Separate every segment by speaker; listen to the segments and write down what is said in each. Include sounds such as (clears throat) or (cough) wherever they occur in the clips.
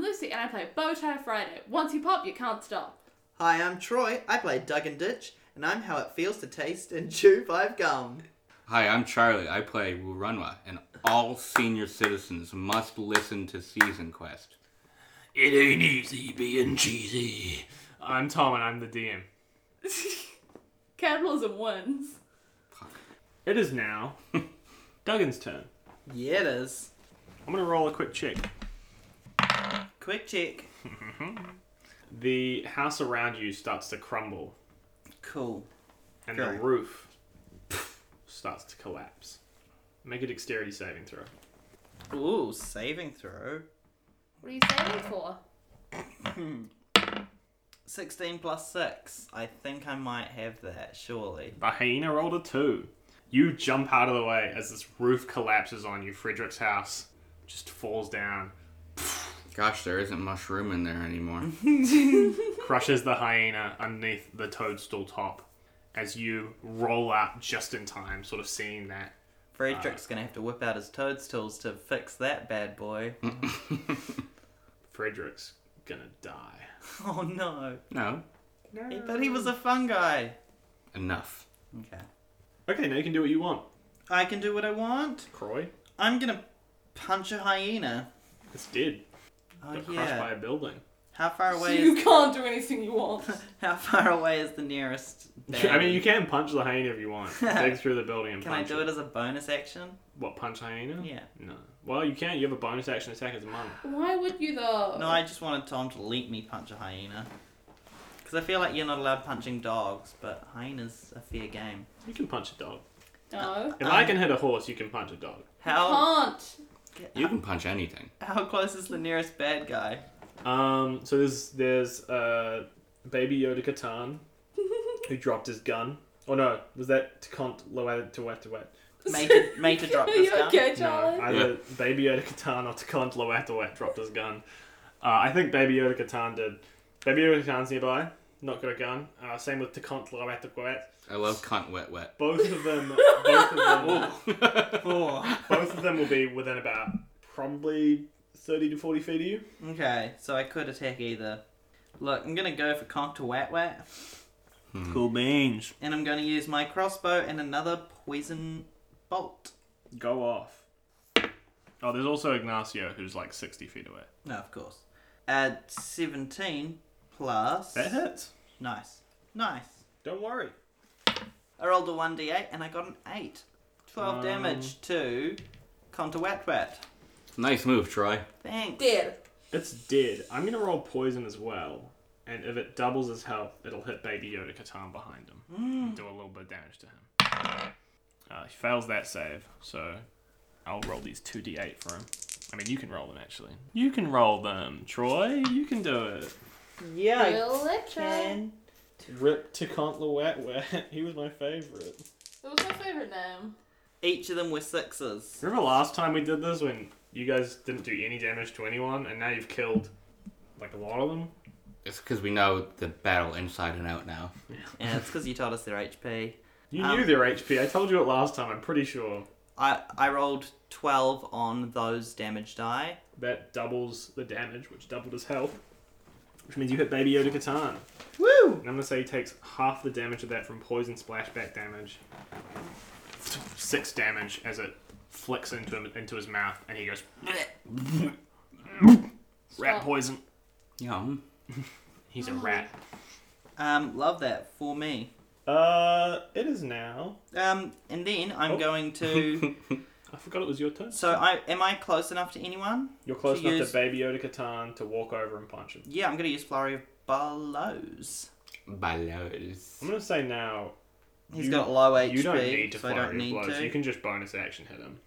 Speaker 1: Lucy, and I play Bow Tie Friday. Once you pop, you can't stop.
Speaker 2: Hi, I'm Troy. I play Dug and Ditch, and I'm how it feels to taste and chew five gum.
Speaker 3: Hi, I'm Charlie. I play Wurunwa, and all senior citizens must listen to Season Quest.
Speaker 4: It ain't easy being cheesy.
Speaker 5: I'm Tom and I'm the DM.
Speaker 1: Capitalism wins.
Speaker 5: It is now (laughs) Duggan's turn.
Speaker 2: Yeah, it is.
Speaker 5: I'm gonna roll a quick check.
Speaker 2: Quick check.
Speaker 5: The house around you starts to crumble,
Speaker 2: Cool.
Speaker 5: and
Speaker 2: Okay.
Speaker 5: the roof (laughs) starts to collapse. Make a dexterity saving throw.
Speaker 2: Ooh, saving throw.
Speaker 1: What are you saving for?
Speaker 2: 16 plus 6. I think I might have that, surely.
Speaker 5: The hyena rolled a two. You jump out of the way as this roof collapses on you. Frederick's house just falls down,
Speaker 3: Gosh, there isn't much room in
Speaker 2: (laughs)
Speaker 3: there anymore.
Speaker 5: crushes the hyena underneath the toadstool top as you roll up just in time, sort of seeing that.
Speaker 2: Frederick's
Speaker 5: Ah.
Speaker 2: gonna have to whip out his toadstools to fix that bad
Speaker 5: (laughs)
Speaker 2: boy. (laughs)
Speaker 5: Frederick's gonna die.
Speaker 2: oh no.
Speaker 3: No,
Speaker 2: He- But he was a fungi.
Speaker 3: enough.
Speaker 2: Okay.
Speaker 5: Okay, now you can do what you want,
Speaker 2: I can do what I want.
Speaker 5: Croy.
Speaker 2: I'm gonna punch a hyena.
Speaker 5: It's dead.
Speaker 2: Oh
Speaker 5: Got crushed by
Speaker 2: yeah.
Speaker 5: a building. (laughs)
Speaker 2: How (laughs) far away
Speaker 1: You
Speaker 2: is
Speaker 1: can't do anything you want.
Speaker 2: (laughs) how far away is the nearest?
Speaker 5: (laughs) I mean, you can punch the hyena if
Speaker 2: (laughs)
Speaker 5: you want. Dig through the building and
Speaker 2: Can I
Speaker 5: punch
Speaker 2: do it as a bonus action?
Speaker 5: What punch hyena?
Speaker 2: Yeah.
Speaker 5: No. Well, you can. You have a bonus action attack as a monk.
Speaker 1: Why would you though?
Speaker 2: No, I just wanted Tom to let me punch a hyena. Because I feel like you're not allowed punching dogs, but hyenas a fair game.
Speaker 5: You can punch a dog.
Speaker 1: No.
Speaker 5: If
Speaker 2: Um,
Speaker 5: I can hit a horse, you can punch a dog.
Speaker 2: How
Speaker 1: Can't.
Speaker 3: You can punch anything.
Speaker 2: (laughs) how close is the nearest
Speaker 1: (laughs)
Speaker 2: bad guy?
Speaker 5: Um. So there's there's uh, baby Yoda
Speaker 2: (laughs)
Speaker 5: Katan, who dropped his gun. Oh no, was that Tekont Loat to wet to wet?
Speaker 2: Mate, mate to
Speaker 1: (laughs)
Speaker 2: drop
Speaker 1: Are
Speaker 2: this
Speaker 1: you
Speaker 2: down.
Speaker 1: okay, Charlie?
Speaker 5: No, either Baby Yoda Katan or Tekont Loat to wet dropped his gun. Uh, I think Baby Yoda Katan did. Baby Yoda Katan's nearby. Not got a gun. Uh, same with Tekont Loat to wet.
Speaker 3: I love cunt wet wet.
Speaker 5: Both of them. both of them.
Speaker 2: Oh,
Speaker 5: both of them will be within about probably thirty to forty feet of you.
Speaker 2: okay, so I could attack either. Look, I'm gonna go for conk to wet wet,
Speaker 5: Cool beans.
Speaker 2: and I'm gonna use my crossbow and another poison bolt.
Speaker 5: Go off. Oh, there's also Ignacio who's like sixty feet away.
Speaker 2: No, of course. At 17 plus.
Speaker 5: That hits.
Speaker 2: Nice. Nice.
Speaker 5: Don't worry.
Speaker 2: I rolled a 1d8 and I got an 8. 12
Speaker 5: Um,
Speaker 2: damage to Contawatwat.
Speaker 3: Nice move, Troy.
Speaker 2: Thanks.
Speaker 1: Dead.
Speaker 5: It's dead. I'm gonna roll poison as well, and if it doubles his health, it'll hit Baby Yoda Katan behind him. and Do a little bit of damage to him. Uh, he fails that save, so I'll roll these two d8 for him. I mean, you can roll them actually. You can roll them, Troy. You can do it.
Speaker 2: Yeah, I
Speaker 1: Electra.
Speaker 2: can.
Speaker 5: Rip Tekont Lawatwat. (laughs) He was my favorite.
Speaker 1: That was my favorite name.
Speaker 2: Each of them were sixes.
Speaker 5: Remember last time we did this when you guys didn't do any damage to anyone, and now you've killed like a lot of them.
Speaker 3: It's because we know the battle inside and out now.
Speaker 2: Yeah, it's because you told us their HP.
Speaker 5: You
Speaker 2: Um,
Speaker 5: knew their HP. I told you it last time. I'm pretty sure
Speaker 2: I, I rolled 12 on those damage die.
Speaker 5: that doubles the damage, which doubled his health, which means you hit Baby Yoda Katan.
Speaker 2: Woo!
Speaker 5: And I'm gonna say he takes half the damage of that from poison splashback damage. Six damage as it flicks into him into his mouth, and he goes rat
Speaker 1: Stop.
Speaker 5: poison.
Speaker 3: Yum.
Speaker 5: He's a rat.
Speaker 2: Um, love that for me.
Speaker 5: Uh, it is now.
Speaker 2: Um, and then I'm
Speaker 5: Oh.
Speaker 2: going to.
Speaker 5: (laughs) I forgot it was your turn.
Speaker 2: so I am I close enough to anyone?
Speaker 5: You're close
Speaker 2: To
Speaker 5: enough
Speaker 2: use-
Speaker 5: to Baby Yoda Katan to walk over and punch him.
Speaker 2: Yeah, I'm gonna use flurry of blows.
Speaker 3: Ballows.
Speaker 5: I'm gonna say now.
Speaker 2: He's
Speaker 5: you-
Speaker 2: got low HP,
Speaker 5: You don't need to
Speaker 2: so I
Speaker 5: flurry
Speaker 2: don't need
Speaker 5: blows.
Speaker 2: to.
Speaker 5: You can just bonus action hit him,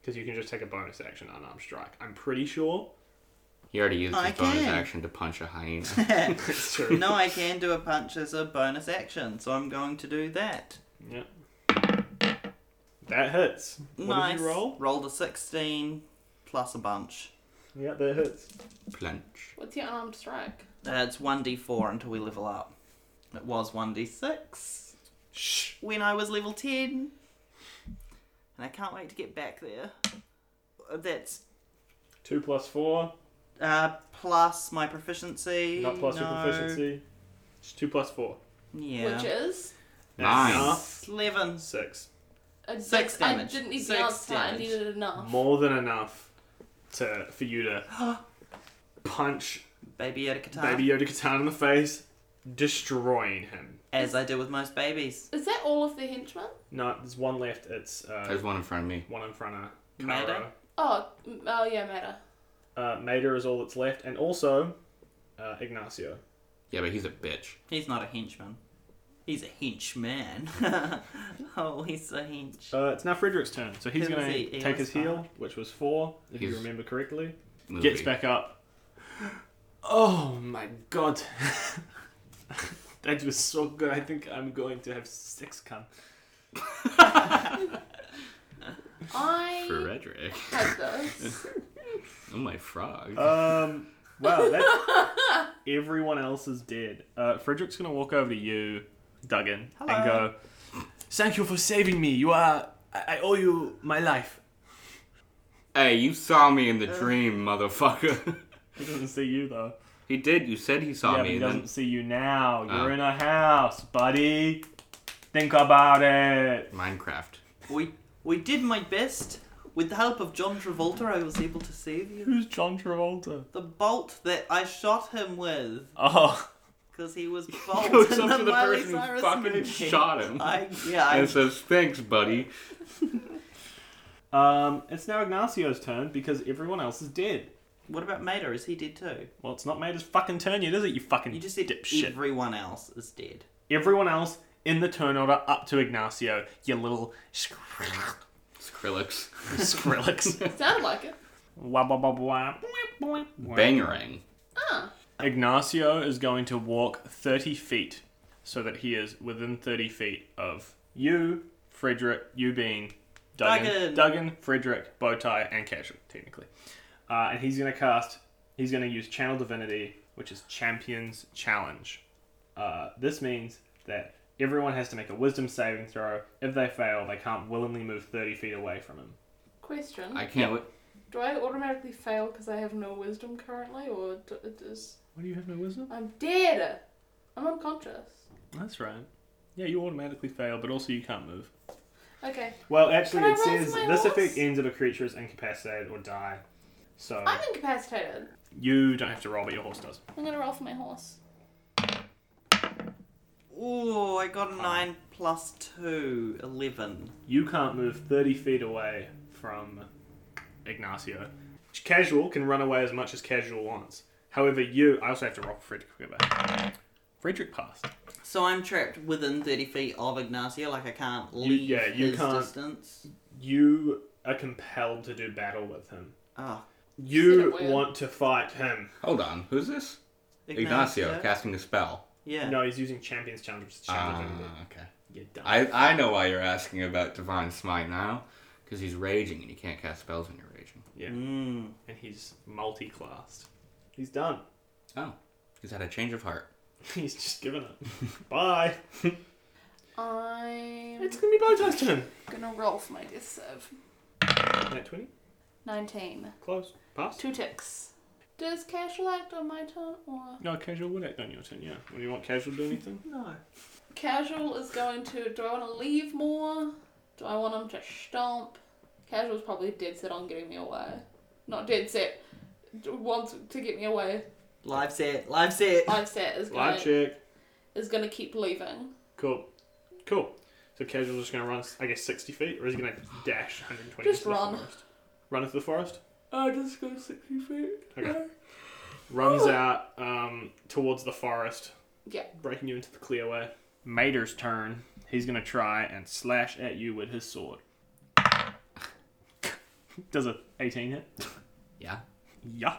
Speaker 5: because you can just take a bonus action unarmed strike. I'm pretty sure. (laughs)
Speaker 3: He already used
Speaker 2: I
Speaker 3: his bonus
Speaker 2: can.
Speaker 3: action to punch a hyena.
Speaker 2: (laughs)
Speaker 5: It's true.
Speaker 2: no, I can do a punch as a bonus action, so I'm going to do that.
Speaker 5: Yeah. That hits. What
Speaker 2: nice.
Speaker 5: did you roll?
Speaker 2: Rolled a 16 plus a bunch.
Speaker 5: Yeah, that hits.
Speaker 3: Plunge.
Speaker 1: What's your armed strike?
Speaker 2: That's 1d4 until we level up. It was 1d6
Speaker 5: Shh.
Speaker 2: when I was level 10. And I can't wait to get back there. Uh, That's
Speaker 5: Two plus four.
Speaker 2: Uh, plus my proficiency.
Speaker 5: Not plus your
Speaker 2: no.
Speaker 5: proficiency. It's two plus four.
Speaker 2: Yeah.
Speaker 1: Which is
Speaker 5: That's
Speaker 3: Nine.
Speaker 5: enough.
Speaker 2: Eleven.
Speaker 5: Six.
Speaker 1: a
Speaker 2: Six
Speaker 1: six
Speaker 2: damage.
Speaker 1: I didn't need
Speaker 2: Six
Speaker 1: the answer. I
Speaker 2: damage.
Speaker 1: needed enough.
Speaker 5: More than enough to for you to
Speaker 2: (gasps)
Speaker 5: punch
Speaker 2: Baby Yoda Katana.
Speaker 5: Baby Yoda Catan in the face, destroying him.
Speaker 2: As I do with most babies.
Speaker 1: Is that all of the henchmen?
Speaker 5: No, there's one left. It's uh,
Speaker 3: There's one in front of me.
Speaker 5: one in front of Kara.
Speaker 2: Maida?
Speaker 1: Oh, m- oh yeah,
Speaker 2: (laughs)
Speaker 1: matter.
Speaker 5: Uh, Maida is all that's left, and also uh, Ignacio.
Speaker 3: Yeah, but he's a bitch.
Speaker 2: He's not a henchman. He's a henchman. (laughs) oh, he's a hench.
Speaker 5: Uh, it's now Frederick's turn, so he's
Speaker 2: Who
Speaker 5: going
Speaker 2: was he?
Speaker 5: to
Speaker 2: He
Speaker 5: take
Speaker 2: was
Speaker 5: his heal,
Speaker 2: five.
Speaker 5: which was four, if you
Speaker 3: He's-
Speaker 5: remember correctly.
Speaker 3: Movie.
Speaker 5: Gets back up. Oh my (laughs) god. that was so good. I think I'm going to have six come.
Speaker 1: I
Speaker 3: Frederick.
Speaker 1: had
Speaker 2: (laughs)
Speaker 1: those.
Speaker 3: Oh my frog.
Speaker 5: (laughs) Um, wow, that's... everyone else is dead. Uh, Frederick's going to walk over to you, Duggan, and
Speaker 2: Hello.
Speaker 5: go, Thank you for saving me. You are. I I owe you my life.
Speaker 3: hey, you saw me in the dream, motherfucker. (laughs)
Speaker 5: He doesn't see you, though.
Speaker 3: he did. You said he saw
Speaker 5: Yeah, but
Speaker 3: me.
Speaker 5: he
Speaker 3: and
Speaker 5: doesn't
Speaker 3: Then
Speaker 5: see you now. You're
Speaker 3: Oh.
Speaker 5: in a house, buddy. Think about it.
Speaker 3: Minecraft.
Speaker 2: We we did my best. With the help of John Travolta, I was able to save you.
Speaker 5: Who's John Travolta?
Speaker 2: The bolt that I shot him with,
Speaker 5: Oh,
Speaker 2: because he
Speaker 3: (laughs)
Speaker 2: was bolt
Speaker 3: Goes
Speaker 2: in
Speaker 3: up
Speaker 2: the,
Speaker 3: to the
Speaker 2: Miley
Speaker 3: person who
Speaker 2: Cyrus
Speaker 3: fucking
Speaker 2: movie.
Speaker 3: shot him.
Speaker 2: I, yeah, I,
Speaker 3: and says, "Thanks, buddy."
Speaker 5: um, it's now Ignacio's turn because everyone else is dead.
Speaker 2: What about Mater? Is he dead too?
Speaker 5: Well, it's not made his fucking turn yet, is it? You fucking
Speaker 2: You just said
Speaker 5: dipshit.
Speaker 2: everyone else is dead.
Speaker 5: everyone else in the turn order up to Ignacio. You little scr-
Speaker 3: Skrillex.
Speaker 5: (laughs)
Speaker 3: (laughs)
Speaker 5: Skrillex.
Speaker 1: Sounded like it.
Speaker 5: Wah, wah, wah, wah. Wah, wah.
Speaker 3: Bangerang.
Speaker 1: Ah,
Speaker 5: Ignacio is going to walk 30 feet so that he is within 30 feet of you, Frederick, you being Duggan,
Speaker 2: Duggan.
Speaker 5: Duggan Frederick, Bowtie, and Casual, technically. Uh, and he's going to cast, he's going to use Channel Divinity, which is Champion's Challenge. Uh, this means that everyone has to make a wisdom saving throw. If they fail, they can't willingly move 30 feet away from him.
Speaker 1: question.
Speaker 3: I can't. wait.
Speaker 1: Do I automatically fail because I have no wisdom currently, or d- it is
Speaker 5: What do you have no wisdom?
Speaker 1: I'm dead? I'm unconscious.
Speaker 5: That's right. Yeah, you automatically fail, but also you can't move.
Speaker 1: Okay,
Speaker 5: Well, actually,
Speaker 1: Can I
Speaker 5: it
Speaker 1: roll
Speaker 5: says
Speaker 1: for my
Speaker 5: this
Speaker 1: horse?
Speaker 5: effect ends if a creature is incapacitated or die. So
Speaker 1: I'm incapacitated.
Speaker 5: you don't have to roll, but your horse does.
Speaker 1: I'm gonna roll for my horse.
Speaker 2: Ooh, I got a 9 plus 2, 11.
Speaker 5: You can't move 30 feet away from Ignacio. Casual can run away as much as Casual wants. However, you. I also have to roll for Frederick. to go back. Frederick passed.
Speaker 2: So I'm trapped within 30 feet of Ignacio, like I can't leave
Speaker 5: yeah, you
Speaker 2: his
Speaker 5: can't-
Speaker 2: distance.
Speaker 5: You are compelled to do battle with him.
Speaker 2: Ah,
Speaker 5: You
Speaker 1: Said it weird.
Speaker 5: want to fight him.
Speaker 3: Hold on. Who's this? Ignacio, casting a spell.
Speaker 2: Yeah.
Speaker 5: No, he's using Champion's Challenge. It's
Speaker 3: Ah,
Speaker 5: Challenge. Divinity.
Speaker 3: okay.
Speaker 5: You're dumb.
Speaker 3: I I know why you're asking about divine smite now, because he's raging and you can't cast spells when you're raging.
Speaker 5: yeah,
Speaker 2: Mm.
Speaker 5: and he's multi-classed. He's done.
Speaker 3: Oh, he's had a change of heart.
Speaker 5: (laughs) He's just given up. Bye.
Speaker 1: I'm
Speaker 5: It's gonna be Bowtie's turn.
Speaker 1: gonna roll for my death save.
Speaker 5: Nat twenty,
Speaker 1: Nineteen.
Speaker 5: close, pass.
Speaker 1: Two ticks. Does casual act on my turn or
Speaker 5: No, casual would act on your turn. Yeah. When you want casual to do anything?
Speaker 2: No.
Speaker 1: casual is going to? Do I want to leave more? Do I want him to stomp? Casual's probably dead set on getting me away. Not dead set. d- Wants to get me away.
Speaker 2: Live set, live set.
Speaker 1: Live set is
Speaker 5: Live
Speaker 1: going to
Speaker 5: check.
Speaker 1: is going to keep leaving.
Speaker 5: Cool, cool. So casual's just gonna run, I guess, sixty feet, or is he gonna dash one hundred twenty?
Speaker 1: Just run.
Speaker 5: The forest? Run into the forest.
Speaker 1: I just go sixty feet.
Speaker 5: Okay. Runs out um, towards the forest,
Speaker 1: Yeah.
Speaker 5: breaking you into the clearway. Mater's turn. He's gonna try and slash at you with his sword. (laughs) Does a eighteen hit? (laughs)
Speaker 3: Yeah.
Speaker 5: Yeah.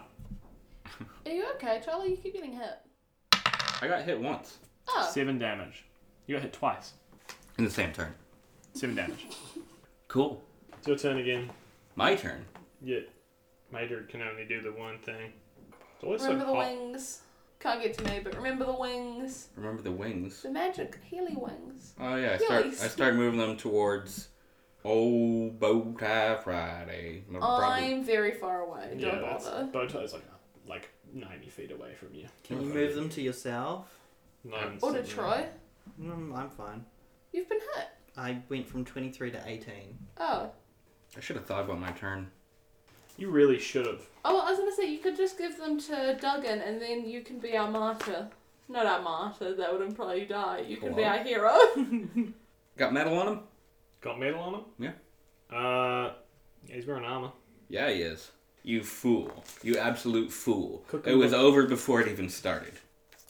Speaker 1: Are you okay, Charlie? You keep getting hit.
Speaker 3: I got hit once
Speaker 1: Oh,
Speaker 5: Seven damage. You got hit twice.
Speaker 3: in the same turn.
Speaker 5: Seven damage.
Speaker 1: (laughs)
Speaker 3: Cool.
Speaker 5: It's your turn again.
Speaker 3: My turn.
Speaker 5: Yeah. Mater can only do the one thing. It's always so
Speaker 1: remember the
Speaker 5: hot.
Speaker 1: wings. Can't get to me, but remember the wings.
Speaker 3: Remember the wings.
Speaker 1: The magic Healy wings.
Speaker 3: Oh yeah, I start
Speaker 1: Nice.
Speaker 3: I start moving them towards old bow tie Friday. Probably-
Speaker 1: I'm very far away. Don't
Speaker 5: Yeah, that's
Speaker 1: bother.
Speaker 5: Bowtie's like, like 90 feet away from you.
Speaker 2: Can you move them to yourself?
Speaker 5: No one's
Speaker 1: Or to
Speaker 5: sitting there.
Speaker 1: Troy.
Speaker 2: Mm, I'm fine.
Speaker 1: You've been hit.
Speaker 2: I went from 23 to 18.
Speaker 1: Oh.
Speaker 3: I should have thought about my turn.
Speaker 5: You really should have.
Speaker 1: Oh, well, I was gonna say you could just give them to Duggan, and then you can be our martyr. Not our martyr. That would imply you die. You can be
Speaker 3: Hello?
Speaker 1: our hero. (laughs)
Speaker 3: Got metal on him?
Speaker 5: Got metal on him?
Speaker 3: Yeah.
Speaker 5: Uh, yeah, he's wearing armor.
Speaker 3: Yeah, he is. You fool. You absolute fool.
Speaker 5: Cooking
Speaker 3: It was
Speaker 5: book.
Speaker 3: over before it even started.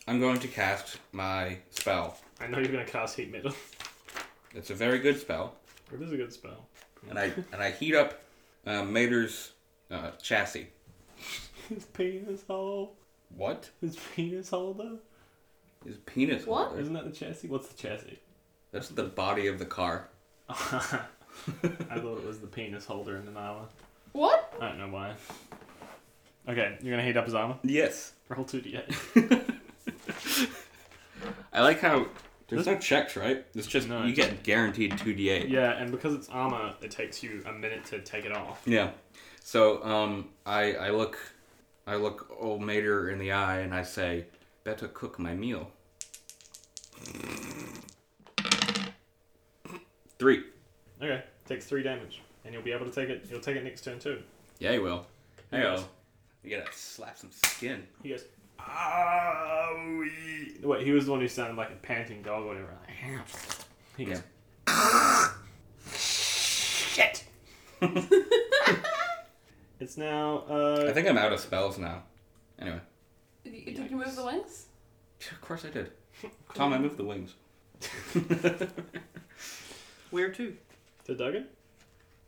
Speaker 3: I'm going to cast my spell.
Speaker 5: I know you're going to cast heat metal. (laughs)
Speaker 3: It's a very good spell.
Speaker 5: it is a good spell.
Speaker 3: And I and I heat up uh, Mater's uh, chassis.
Speaker 5: (laughs) His penis hole.
Speaker 3: What?
Speaker 5: His penis holder.
Speaker 3: His penis
Speaker 1: What?
Speaker 3: holder.
Speaker 5: Isn't that the chassis? What's the chassis? (laughs)
Speaker 3: That's the body of the car.
Speaker 5: I thought it was the penis holder in the armor.
Speaker 1: what?
Speaker 5: I don't know why. Okay, you're going to heat up his armor?
Speaker 3: Yes.
Speaker 5: Roll 2d8.
Speaker 3: I like how there's no checks, right? It's just
Speaker 5: No.
Speaker 3: you get guaranteed two d eight.
Speaker 5: (laughs) Yeah, and because it's armor, it takes you a minute to take it off.
Speaker 3: Yeah. So um, I I look I look old Mater in the eye and I say, better cook my meal. Three.
Speaker 5: Okay, takes three damage, and you'll be able to take it. You'll take it next turn too.
Speaker 3: Yeah, you will. Hey,
Speaker 5: Yes.
Speaker 3: you gotta slap some skin. (laughs)
Speaker 5: He goes, "Owie." Wait, he was the one who sounded like a panting dog or whatever. (laughs) He goes,
Speaker 3: Yeah.
Speaker 5: shit. it's now.
Speaker 3: I
Speaker 5: Uh,
Speaker 3: think I'm out of spells now. Anyway.
Speaker 1: Did you- Did you move the wings?
Speaker 3: Of course I did. (laughs) Tom, I moved the wings.
Speaker 2: Where to?
Speaker 5: to Duggan.
Speaker 3: (laughs)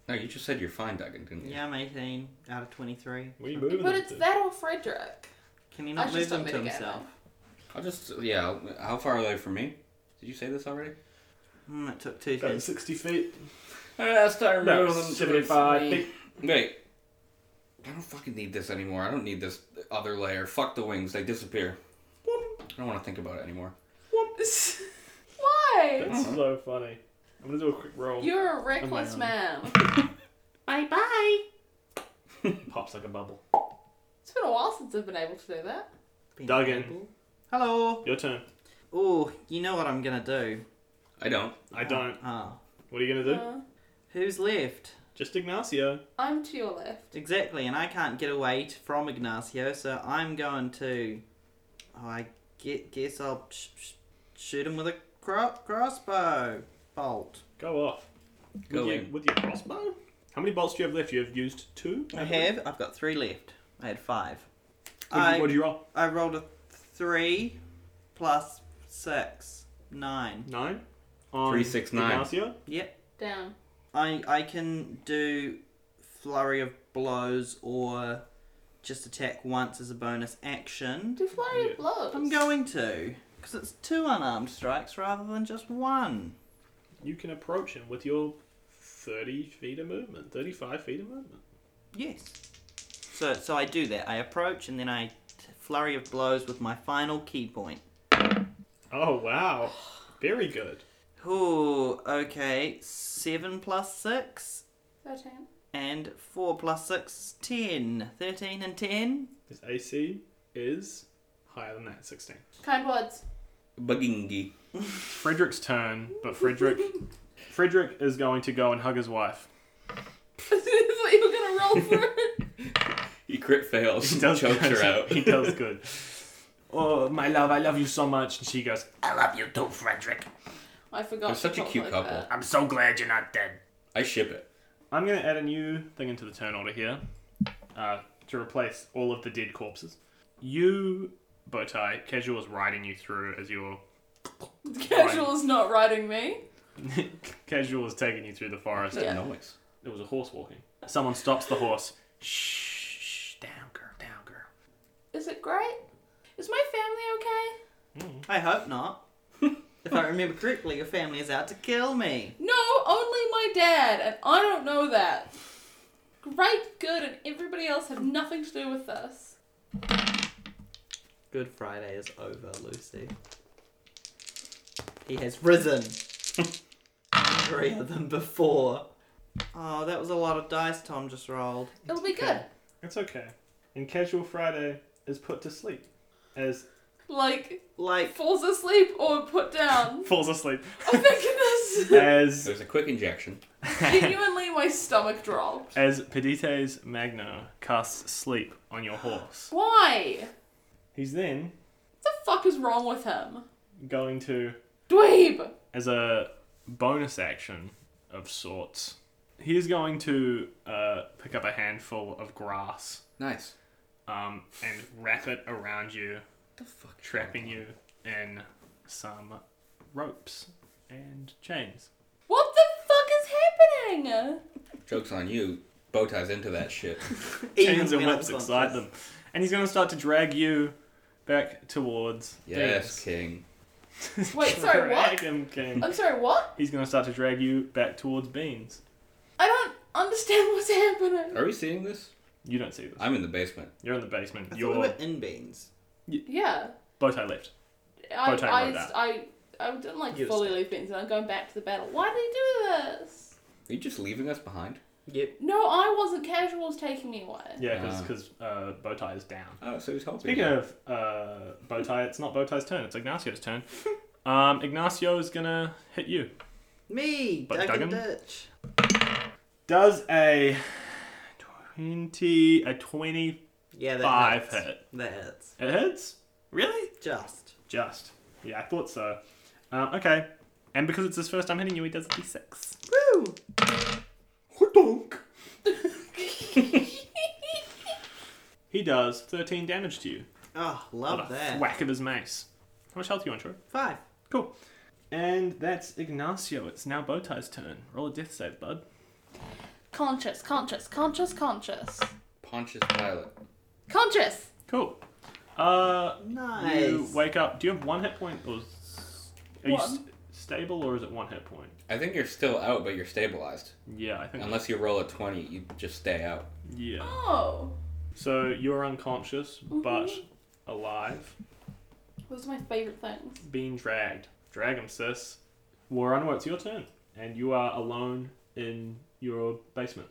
Speaker 3: No, you just said you're fine, Duggan, didn't you?
Speaker 2: Yeah, I'm 18 out of 23.
Speaker 5: Where you moving?
Speaker 1: But
Speaker 5: them
Speaker 1: it's
Speaker 5: to?
Speaker 1: that or Frederick.
Speaker 2: Can he
Speaker 1: I
Speaker 2: not
Speaker 1: should
Speaker 2: move
Speaker 1: stop
Speaker 2: them to
Speaker 1: mitigating.
Speaker 2: himself?
Speaker 3: I'll just, yeah, I'll- how far are they from me? Did you say this already?
Speaker 2: Mm, it took two
Speaker 5: About
Speaker 2: turns.
Speaker 5: sixty feet.
Speaker 3: Last time
Speaker 5: About seventy-five feet.
Speaker 3: Wait. I don't fucking need this anymore. I don't need this other layer. Fuck the wings. They disappear. I don't want to think about it (laughs) anymore.
Speaker 1: (laughs) Why?
Speaker 5: That's so funny. I'm gonna do a quick roll.
Speaker 1: You're a reckless
Speaker 5: own.
Speaker 1: man. bye bye.
Speaker 5: Pops like a bubble.
Speaker 1: It's been a while since I've been able to do that.
Speaker 2: Been
Speaker 5: Duggan.
Speaker 2: able. Hello.
Speaker 5: Your turn.
Speaker 2: Oh, you know what I'm gonna do.
Speaker 3: I don't.
Speaker 5: I don't.
Speaker 2: Ah,
Speaker 5: What are you gonna do?
Speaker 1: Uh,
Speaker 2: who's left?
Speaker 5: Just Ignacio.
Speaker 1: I'm to your left.
Speaker 2: Exactly, and I can't get away t- from Ignacio, so I'm going to. Oh, I get, guess I'll sh- sh- shoot him with a cro- crossbow bolt.
Speaker 5: Go off.
Speaker 3: Go
Speaker 5: with,
Speaker 3: in.
Speaker 5: Your, with your crossbow? How many bolts do you have left? You have used two?
Speaker 2: I have. I've got three left. I had five.
Speaker 5: What
Speaker 2: I
Speaker 5: did, what did you roll?
Speaker 2: I rolled a three plus six nine.
Speaker 5: Nine? On
Speaker 3: Three, six, nine.
Speaker 5: Ignacio?
Speaker 2: Yep.
Speaker 1: Down.
Speaker 2: I I can do flurry of blows or just attack once as a bonus action.
Speaker 1: Do flurry
Speaker 5: Yeah.
Speaker 1: of blows.
Speaker 2: I'm going to because it's two unarmed strikes rather than just one.
Speaker 5: You can approach him with your 30 feet of movement, 35 feet of movement.
Speaker 2: Yes. So so I do that. I approach and then I t- flurry of blows with my final key point.
Speaker 5: Oh, wow. Very good.
Speaker 2: Ooh, okay. Seven plus six
Speaker 1: Thirteen.
Speaker 2: and four plus six, ten. Thirteen and ten.
Speaker 5: His AC is higher than that, 16.
Speaker 1: Kind words. (laughs)
Speaker 3: Bugingy.
Speaker 5: Frederick's turn, but (laughs) Frederick. Frederick is going to go and hug his wife.
Speaker 1: That's what you were gonna roll for.
Speaker 3: (laughs) He crit fails. and chokes
Speaker 5: good.
Speaker 3: her out.
Speaker 5: (laughs) He does good. Oh, my love, I love you so much. And she goes,
Speaker 4: I love you too, Frederick.
Speaker 1: I forgot.
Speaker 3: They're such
Speaker 1: to
Speaker 3: a
Speaker 1: talk
Speaker 3: cute
Speaker 1: like
Speaker 3: couple.
Speaker 1: that.
Speaker 4: I'm so glad you're not dead.
Speaker 3: I ship it.
Speaker 5: I'm going to add a new thing into the turn order here uh, to replace all of the dead corpses. You, Bowtie, Casual is riding you through as you're.
Speaker 1: Casual is not riding me.
Speaker 5: Casual is taking you through the forest.
Speaker 1: Yeah.
Speaker 3: Noise.
Speaker 5: There was a horse walking. Someone stops the horse. Shh, down, girl, down, girl.
Speaker 1: Is it great? Is my family okay?
Speaker 2: I hope not. (laughs) if I remember correctly, your family is out to kill me.
Speaker 1: No, only my dad, and I don't know that. Great, good, and everybody else have nothing to do with this.
Speaker 2: Good Friday is over, Lucy. He has risen. Angrier than before. Oh, that was a lot of dice Tom just rolled.
Speaker 1: It'll be
Speaker 5: okay.
Speaker 1: good.
Speaker 5: It's okay. And Casual Friday is put to sleep. As
Speaker 1: Like,
Speaker 2: Like,
Speaker 1: falls asleep or put down.
Speaker 5: falls asleep.
Speaker 1: Oh my
Speaker 5: (laughs)
Speaker 1: goodness!
Speaker 5: As
Speaker 3: There's a quick injection.
Speaker 1: Genuinely, my stomach dropped.
Speaker 5: as Pedites Magno casts sleep on your horse.
Speaker 1: Why?
Speaker 5: He's then
Speaker 1: What the fuck is wrong with him?
Speaker 5: going to
Speaker 1: Dweeb!
Speaker 5: as a bonus action of sorts. He is going to uh, pick up a handful of grass
Speaker 3: Nice.
Speaker 5: um, and wrap it around you,
Speaker 3: the fuck?
Speaker 5: trapping you in some ropes and chains.
Speaker 1: What the fuck is happening?
Speaker 3: Joke's on you. Bow ties into that (laughs) shit.
Speaker 5: Chains and
Speaker 2: when
Speaker 5: whips
Speaker 2: I'm
Speaker 5: excite them. And he's going to start to drag you back towards.
Speaker 3: Yes,
Speaker 5: Venus.
Speaker 3: King.
Speaker 5: (laughs)
Speaker 1: Wait, sorry,
Speaker 5: Drag
Speaker 1: what?
Speaker 5: him, King.
Speaker 1: I'm sorry, what?
Speaker 5: He's going to start to drag you back towards Beans.
Speaker 1: I don't understand what's happening.
Speaker 3: Are we seeing this?
Speaker 5: You don't see this.
Speaker 3: I'm in the basement.
Speaker 5: You're in the basement.
Speaker 2: I thought we
Speaker 5: Your
Speaker 2: were in beans.
Speaker 1: Yeah.
Speaker 5: bowtie left.
Speaker 1: I,
Speaker 5: Botan
Speaker 1: I,
Speaker 5: wrote that.
Speaker 1: I, I didn't like
Speaker 2: Yes.
Speaker 1: fully leave Benson. I'm going back to the battle. Why did he do this?
Speaker 3: Are you just leaving us behind?
Speaker 2: Yep.
Speaker 1: No, I wasn't. Casual was taking me away.
Speaker 5: Yeah,
Speaker 3: Ah.
Speaker 5: because uh, bowtie is down.
Speaker 3: Oh, so he's helping.
Speaker 5: Speaking of uh, Bowtie, it's not Bowtie's turn, it's Ignacio's turn. (laughs) Um, Ignacio is gonna hit you.
Speaker 2: Me,
Speaker 5: But
Speaker 2: dug a
Speaker 5: Duggan?
Speaker 2: ditch.
Speaker 5: Does a 20, a 25
Speaker 2: Yeah, that hits.
Speaker 5: hit.
Speaker 2: That hits.
Speaker 5: It hits? Really?
Speaker 2: Just.
Speaker 5: Just. Yeah, I thought so. Um, okay. And because it's his first time hitting you, he does a d6.
Speaker 2: Woo!
Speaker 5: (laughs) He does 13 damage to you.
Speaker 2: Oh,
Speaker 5: What
Speaker 2: love
Speaker 5: a
Speaker 2: that.
Speaker 5: whack of his mace. How much health do you want, Troy?
Speaker 2: Five.
Speaker 5: Cool. And that's Ignacio. It's now Bowtie's turn. Roll a death save, bud.
Speaker 1: Conscious, conscious, conscious, conscious.
Speaker 3: Pontius Pilate.
Speaker 5: (laughs)
Speaker 1: Conscious!
Speaker 5: Cool. Uh,
Speaker 2: Nice.
Speaker 5: You wake up. Do you have one hit point or s- are you
Speaker 1: One.
Speaker 5: st- stable or is it one hit point?
Speaker 3: I think you're still out, but you're stabilized.
Speaker 5: Yeah, I think.
Speaker 3: Unless you roll a 20, you just stay out.
Speaker 5: yeah.
Speaker 1: Oh,
Speaker 5: So you're unconscious but alive,
Speaker 1: those are my favorite things.
Speaker 5: being dragged. Drag him, sis. Warano, it's your turn, and you are alone in your basement.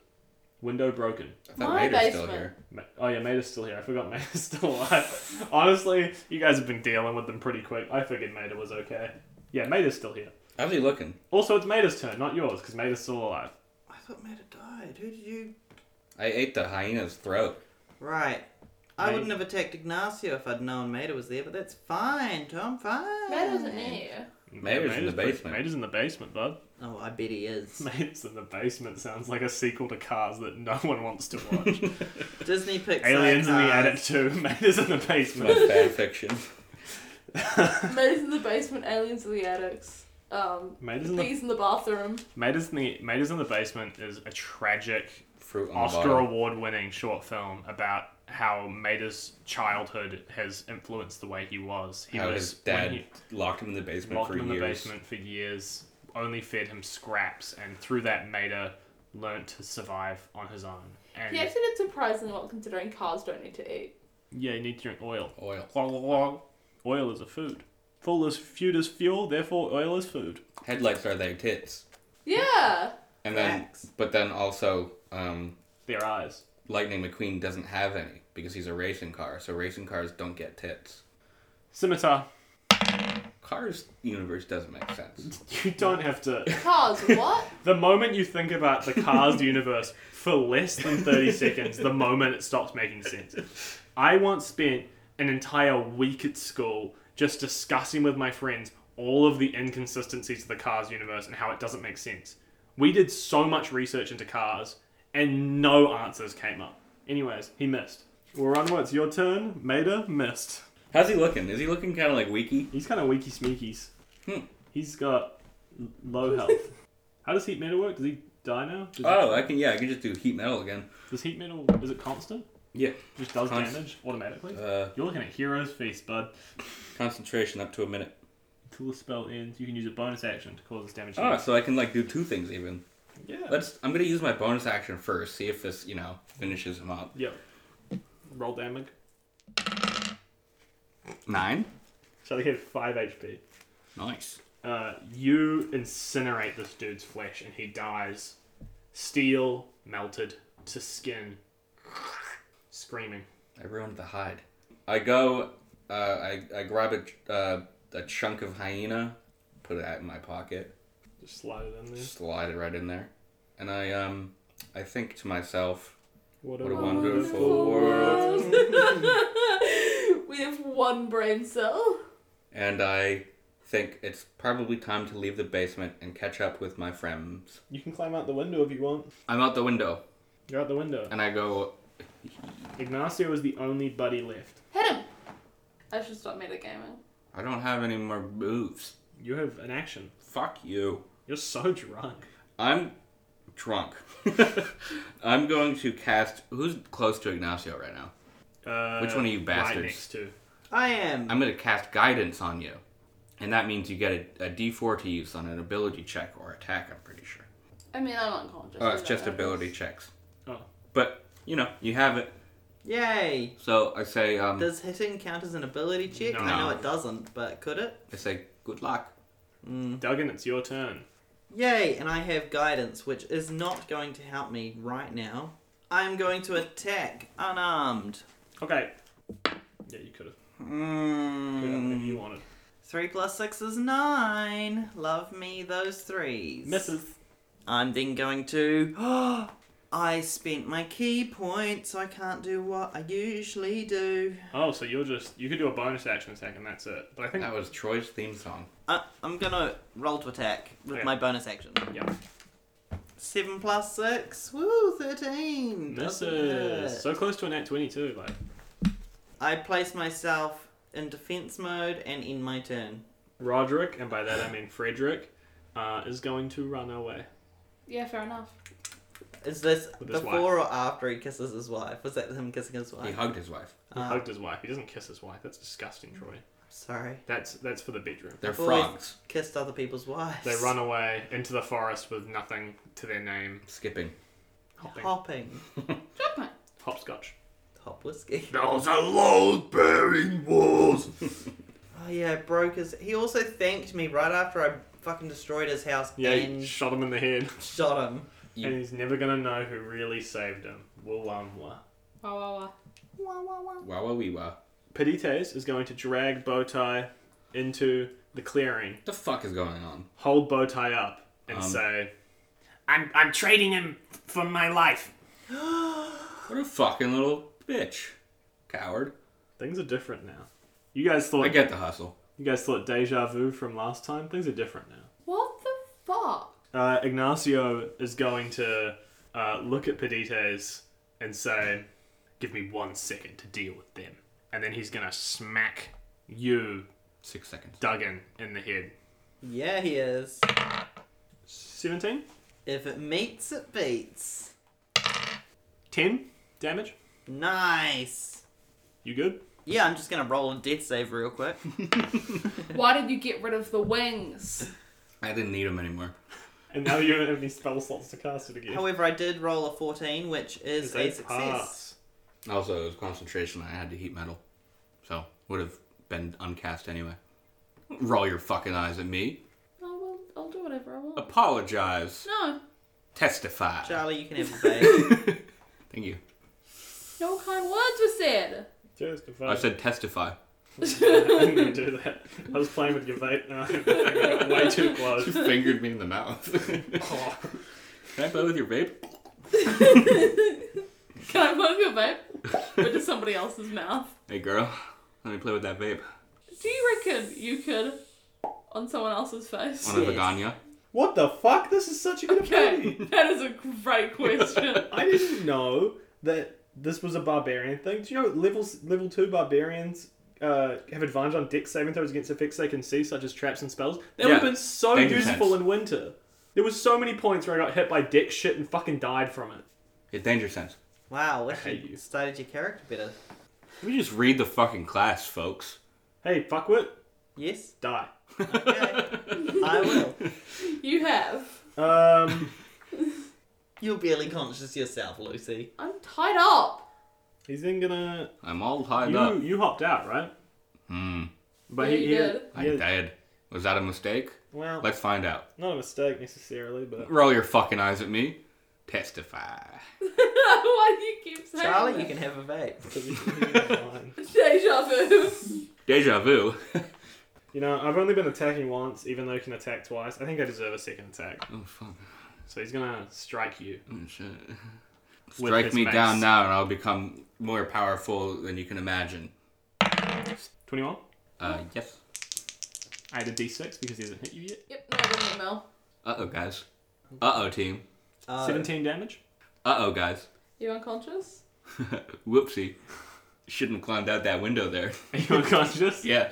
Speaker 5: Window broken.
Speaker 3: I thought
Speaker 1: My
Speaker 3: Mater's still
Speaker 1: basement.
Speaker 3: here.
Speaker 5: Ma- Oh yeah, Maida's still here. I forgot (laughs) Maida's still alive. Honestly, you guys have been dealing with them pretty quick. I figured Maida was okay. Yeah, Maida's still here.
Speaker 3: How's he looking?
Speaker 5: Also, it's Maida's turn, not yours, because Maida's still alive.
Speaker 2: I thought Meta died. Who did you?
Speaker 3: I ate the hyena's throat.
Speaker 2: Right. I
Speaker 5: Mate.
Speaker 2: wouldn't have attacked Ignacio if I'd known Meta was there, but that's fine, Tom. Fine.
Speaker 1: Matt isn't here.
Speaker 3: Maida's in the
Speaker 5: pretty-
Speaker 3: basement.
Speaker 5: Maida's in the basement, bud. (laughs)
Speaker 2: Oh, I bet he is.
Speaker 5: Maida's in the basement sounds like a sequel to Cars that no (laughs) one wants to watch.
Speaker 2: Disney Pixar.
Speaker 5: Aliens in the
Speaker 2: Cars.
Speaker 5: Attic (laughs) 2, Maida's in the
Speaker 3: It's my
Speaker 5: basement.
Speaker 3: fan fiction.
Speaker 1: (laughs) Matt's in the basement, aliens in the attics. Um,
Speaker 5: Maida's in the,
Speaker 1: bees in the bathroom.
Speaker 5: Maida's in the Maida's in the basement is a tragic
Speaker 3: Fruit on the
Speaker 5: Oscar
Speaker 3: bottom.
Speaker 5: award winning short film about how Maida's childhood has influenced the way he was. He
Speaker 3: How
Speaker 5: was
Speaker 3: his dad
Speaker 5: when
Speaker 3: locked him in the
Speaker 5: he
Speaker 3: basement
Speaker 5: locked
Speaker 3: for
Speaker 5: him in the
Speaker 3: years.
Speaker 5: basement for years, only fed him scraps, and through that Maida learnt to survive on his own. And
Speaker 1: He actually did surprisingly well considering cars don't need to eat.
Speaker 5: Yeah, you need to drink oil.
Speaker 3: Oil.
Speaker 5: Oil is a food. Full is food is fuel, therefore oil is food.
Speaker 3: Headlights are their tits.
Speaker 1: Yeah!
Speaker 3: And then,
Speaker 2: Facts.
Speaker 3: but then also, um,
Speaker 5: Their eyes.
Speaker 3: Lightning McQueen doesn't have any because he's a racing car, so racing cars don't get tits.
Speaker 5: Scimitar. (laughs)
Speaker 3: Cars universe doesn't make sense.
Speaker 5: You don't have to.
Speaker 1: (laughs) Cars, what?
Speaker 5: The moment you think about the Cars (laughs) universe for less than 30 seconds, the moment it stops making sense. I once spent an entire week at school just discussing with my friends all of the inconsistencies of the Cars universe and how it doesn't make sense. We did so much research into Cars and no answers came up. Anyways, he missed. Well, Runwa, it's your turn. Maida missed.
Speaker 3: How's he looking? Is he looking kind of like Wiki?
Speaker 5: He's kind of weaky smeekies.
Speaker 3: Hmm.
Speaker 5: He's got l- low health. how does heat metal work? Does he die now? Does he-
Speaker 3: Oh, I can. Yeah, I can just do heat metal again.
Speaker 5: Does heat metal is it constant?
Speaker 3: Yeah.
Speaker 5: Just does
Speaker 3: Const-
Speaker 5: damage automatically?
Speaker 3: Uh,
Speaker 5: You're looking at Hero's Feast, bud.
Speaker 3: concentration up to a minute.
Speaker 5: Until the spell ends, you can use a bonus action to cause this damage. to
Speaker 3: Oh,
Speaker 5: you.
Speaker 3: so I can like do two things even.
Speaker 5: yeah.
Speaker 3: Let's. I'm gonna use my bonus action first. See if this, you know, finishes him up.
Speaker 5: Yep. Roll damage.
Speaker 3: Nine.
Speaker 5: So they get five HP.
Speaker 3: Nice.
Speaker 5: Uh, you incinerate this dude's flesh, and he dies. Steel melted to skin, screaming.
Speaker 3: I ruined the hide. I go, uh, I, I grab a, ch- uh, a chunk of hyena, put it out in my pocket,
Speaker 5: Just slide it in there.
Speaker 3: slide it right in there, and I um, I think to myself, What a
Speaker 1: Wonderful
Speaker 3: (laughs) Wonderful world.
Speaker 1: world. (laughs) we have one brain cell.
Speaker 3: and I think it's probably time to leave the basement and catch up with my friends.
Speaker 5: You can climb out the window if you want.
Speaker 3: I'm out the window,
Speaker 5: You're out the window.
Speaker 3: and I go.
Speaker 5: Ignacio is the only buddy left.
Speaker 1: Hit him! I should stop metagaming.
Speaker 3: I don't have any more moves.
Speaker 5: You have an action.
Speaker 3: Fuck you.
Speaker 5: You're so drunk.
Speaker 3: I'm
Speaker 4: (laughs)
Speaker 3: drunk. I'm going to cast. Who's close to Ignacio right now?
Speaker 5: Uh,
Speaker 3: Which one of you bastards?
Speaker 5: Right next to.
Speaker 2: I am.
Speaker 3: I'm going to cast guidance on you. And that means you get a, a d4 to use on an ability check or attack, I'm pretty sure.
Speaker 1: I mean, I'm unconscious.
Speaker 3: Oh,
Speaker 1: I
Speaker 3: it's
Speaker 1: don't
Speaker 3: just
Speaker 1: know.
Speaker 3: ability checks.
Speaker 5: Oh.
Speaker 3: But, you know, you have it.
Speaker 2: Yay!
Speaker 3: So I say, um,
Speaker 2: Does hitting count as an ability check?
Speaker 5: No.
Speaker 2: I know it doesn't, but could it? Mm.
Speaker 3: I say, good luck.
Speaker 5: Duggan, it's your turn.
Speaker 2: Yay! And I have guidance, which is not going to help me right now. I'm going to attack unarmed.
Speaker 5: Okay. Yeah, you could have. If
Speaker 2: Mm,
Speaker 5: you wanted.
Speaker 2: three plus six is nine. Love me those threes.
Speaker 5: Misses.
Speaker 2: I'm then going to. (gasps) I spent my key point, so I can't do what I usually do.
Speaker 5: Oh, so you're just. You could do a bonus action attack and that's it. But I think.
Speaker 3: That was Troy's theme song.
Speaker 2: Uh, I'm gonna roll to attack with
Speaker 5: Okay.
Speaker 2: my bonus action.
Speaker 5: Yeah.
Speaker 2: Seven plus six, woo, thirteen. Doesn't
Speaker 5: Misses.
Speaker 2: hurt.
Speaker 5: So close to a nat 22. Like,
Speaker 2: I place myself in defense mode and end my turn.
Speaker 5: Roderick, and by that I mean Frederick, uh, is going to run away.
Speaker 1: Yeah, fair enough.
Speaker 2: Is this
Speaker 5: With his
Speaker 2: before or after he kisses his wife? Was that him kissing his
Speaker 3: He
Speaker 2: wife?
Speaker 3: hugged his wife.
Speaker 5: He
Speaker 2: Ah.
Speaker 5: hugged his wife. He doesn't kiss his wife. That's disgusting, Troy.
Speaker 2: Sorry,
Speaker 5: That's that's for the bedroom.
Speaker 3: They're
Speaker 2: Boy.
Speaker 3: frogs.
Speaker 2: kissed other people's wives.
Speaker 5: They
Speaker 2: (laughs)
Speaker 5: run away into the forest with nothing to their name.
Speaker 4: (laughs)
Speaker 3: Skipping.
Speaker 5: Hopping.
Speaker 2: hopping,
Speaker 1: Judgment.
Speaker 5: Hopscotch.
Speaker 2: hop whiskey.
Speaker 4: Those are load bearing walls.
Speaker 3: (laughs)
Speaker 2: Oh yeah, broke his. He also thanked me right after I fucking destroyed his house
Speaker 5: Yeah,
Speaker 2: and
Speaker 5: he shot him in the head.
Speaker 2: (laughs) shot him.
Speaker 3: You-
Speaker 5: And he's never gonna know who really saved him. Wulamwa.
Speaker 1: Wah, wah, wah.
Speaker 2: Wah, wah, wah.
Speaker 3: Wow, wow, wee, wow.
Speaker 5: Pedites is going to drag Bowtie into the clearing,
Speaker 3: What the fuck is going on?
Speaker 5: hold Bowtie up, and
Speaker 3: Um,
Speaker 5: say, I'm, I'm trading him for my life.
Speaker 3: What a fucking little bitch. Coward.
Speaker 5: Things are different now. You guys thought
Speaker 3: I get the hustle.
Speaker 5: you guys thought deja vu from last time? Things are different now.
Speaker 1: What the fuck?
Speaker 5: uh, Ignacio is going to uh, look at Pedites and say, "Give me one second to deal with them," and then he's gonna smack you,
Speaker 3: Six seconds.
Speaker 5: Duggan, in the head.
Speaker 2: Yeah, he is.
Speaker 5: Seventeen.
Speaker 2: If it meets, it beats.
Speaker 5: 10 damage.
Speaker 2: Nice.
Speaker 5: You good?
Speaker 2: Yeah, I'm just gonna roll a death save real (laughs) quick.
Speaker 1: Why did you get rid of the wings?
Speaker 3: I didn't need him anymore.
Speaker 5: And now you don't have any spell slots to cast it again.
Speaker 2: However, I did roll a 14, which is
Speaker 5: They
Speaker 2: a success.
Speaker 5: pass.
Speaker 3: Also, it was concentration. I had to heat metal, so would have been uncast anyway. Roll your fucking eyes at me.
Speaker 1: Oh, well, I'll do whatever I
Speaker 3: Oh.
Speaker 1: want.
Speaker 3: Apologize.
Speaker 1: No,
Speaker 3: Testify.
Speaker 2: Charlie, you can (laughs) have a save.
Speaker 3: Thank you.
Speaker 1: no kind words were
Speaker 2: (laughs)
Speaker 1: said.
Speaker 5: Just a
Speaker 3: I
Speaker 5: five.
Speaker 3: said testify.
Speaker 5: I didn't even do that. I was playing with your vape. No, (laughs) I got way too
Speaker 3: You (laughs)
Speaker 5: close.
Speaker 3: fingered me in the mouth. (laughs) Can I play with your vape?
Speaker 1: Can I move your vape? But to somebody else's mouth.
Speaker 3: Hey girl, let me play with that vape
Speaker 1: Do you reckon you could on someone else's face?
Speaker 3: on a
Speaker 2: Yes.
Speaker 3: Vaganya.
Speaker 5: What the fuck? This is such a
Speaker 1: (laughs)
Speaker 3: (laughs)
Speaker 5: good
Speaker 1: Okay,
Speaker 5: ability.
Speaker 1: that is a great question.
Speaker 5: I didn't know that this was a barbarian thing. Do you know levels level two barbarians uh, have advantage on deck saving throws against effects they can see, such as traps and spells? That would have
Speaker 3: Yeah.
Speaker 5: been so
Speaker 3: Danger
Speaker 5: useful
Speaker 3: sense.
Speaker 5: in winter. There was so many points where I got hit by deck shit and fucking died from it.
Speaker 3: It's danger sense.
Speaker 2: wow, wish
Speaker 5: hate
Speaker 2: you
Speaker 5: you.
Speaker 2: started your character better.
Speaker 3: Let me just read the fucking class, folks.
Speaker 5: Hey, fuckwit,
Speaker 2: Yes?
Speaker 5: die.
Speaker 2: Okay. I (laughs) will.
Speaker 1: You have.
Speaker 5: Um,
Speaker 2: You're barely conscious
Speaker 1: (laughs)
Speaker 2: yourself, Lucy.
Speaker 1: I'm tied up. (laughs)
Speaker 5: he's then gonna.
Speaker 3: (laughs) I'm all tied
Speaker 5: You
Speaker 3: up.
Speaker 5: you hopped out, right?
Speaker 3: Hmm.
Speaker 5: But
Speaker 1: Yeah,
Speaker 5: he,
Speaker 1: you
Speaker 5: he
Speaker 1: did.
Speaker 5: he
Speaker 3: I'm dead. Was that a mistake?
Speaker 5: Well,
Speaker 3: Let's find out. (laughs)
Speaker 5: not a mistake necessarily, but (laughs)
Speaker 3: Roll your fucking eyes at me. Testify.
Speaker 1: Why do you keep saying
Speaker 2: Charlie,
Speaker 1: that?
Speaker 2: you can have a vape.
Speaker 1: Deja vu. (laughs)
Speaker 3: Deja vu. (laughs)
Speaker 5: You know, I've only been attacking once, even though you can attack twice. I think I deserve a second attack.
Speaker 3: Oh fuck.
Speaker 5: So he's gonna strike you.
Speaker 3: Oh, shit.
Speaker 5: With
Speaker 3: Strike
Speaker 5: his
Speaker 3: me
Speaker 5: mace.
Speaker 3: down now, and I'll become more powerful than you can imagine.
Speaker 5: 21.
Speaker 3: Uh, yes.
Speaker 5: I had a d6 because he hasn't hit you yet.
Speaker 1: yep, no, I didn't email.
Speaker 3: Uh oh, guys. Uh oh, team.
Speaker 2: Uh,
Speaker 5: 17 damage. (laughs)
Speaker 3: Uh oh, guys. (laughs)
Speaker 1: You unconscious?
Speaker 3: Whoopsie. Shouldn't have climbed out that window there. (laughs)
Speaker 5: Are you unconscious?
Speaker 3: yeah.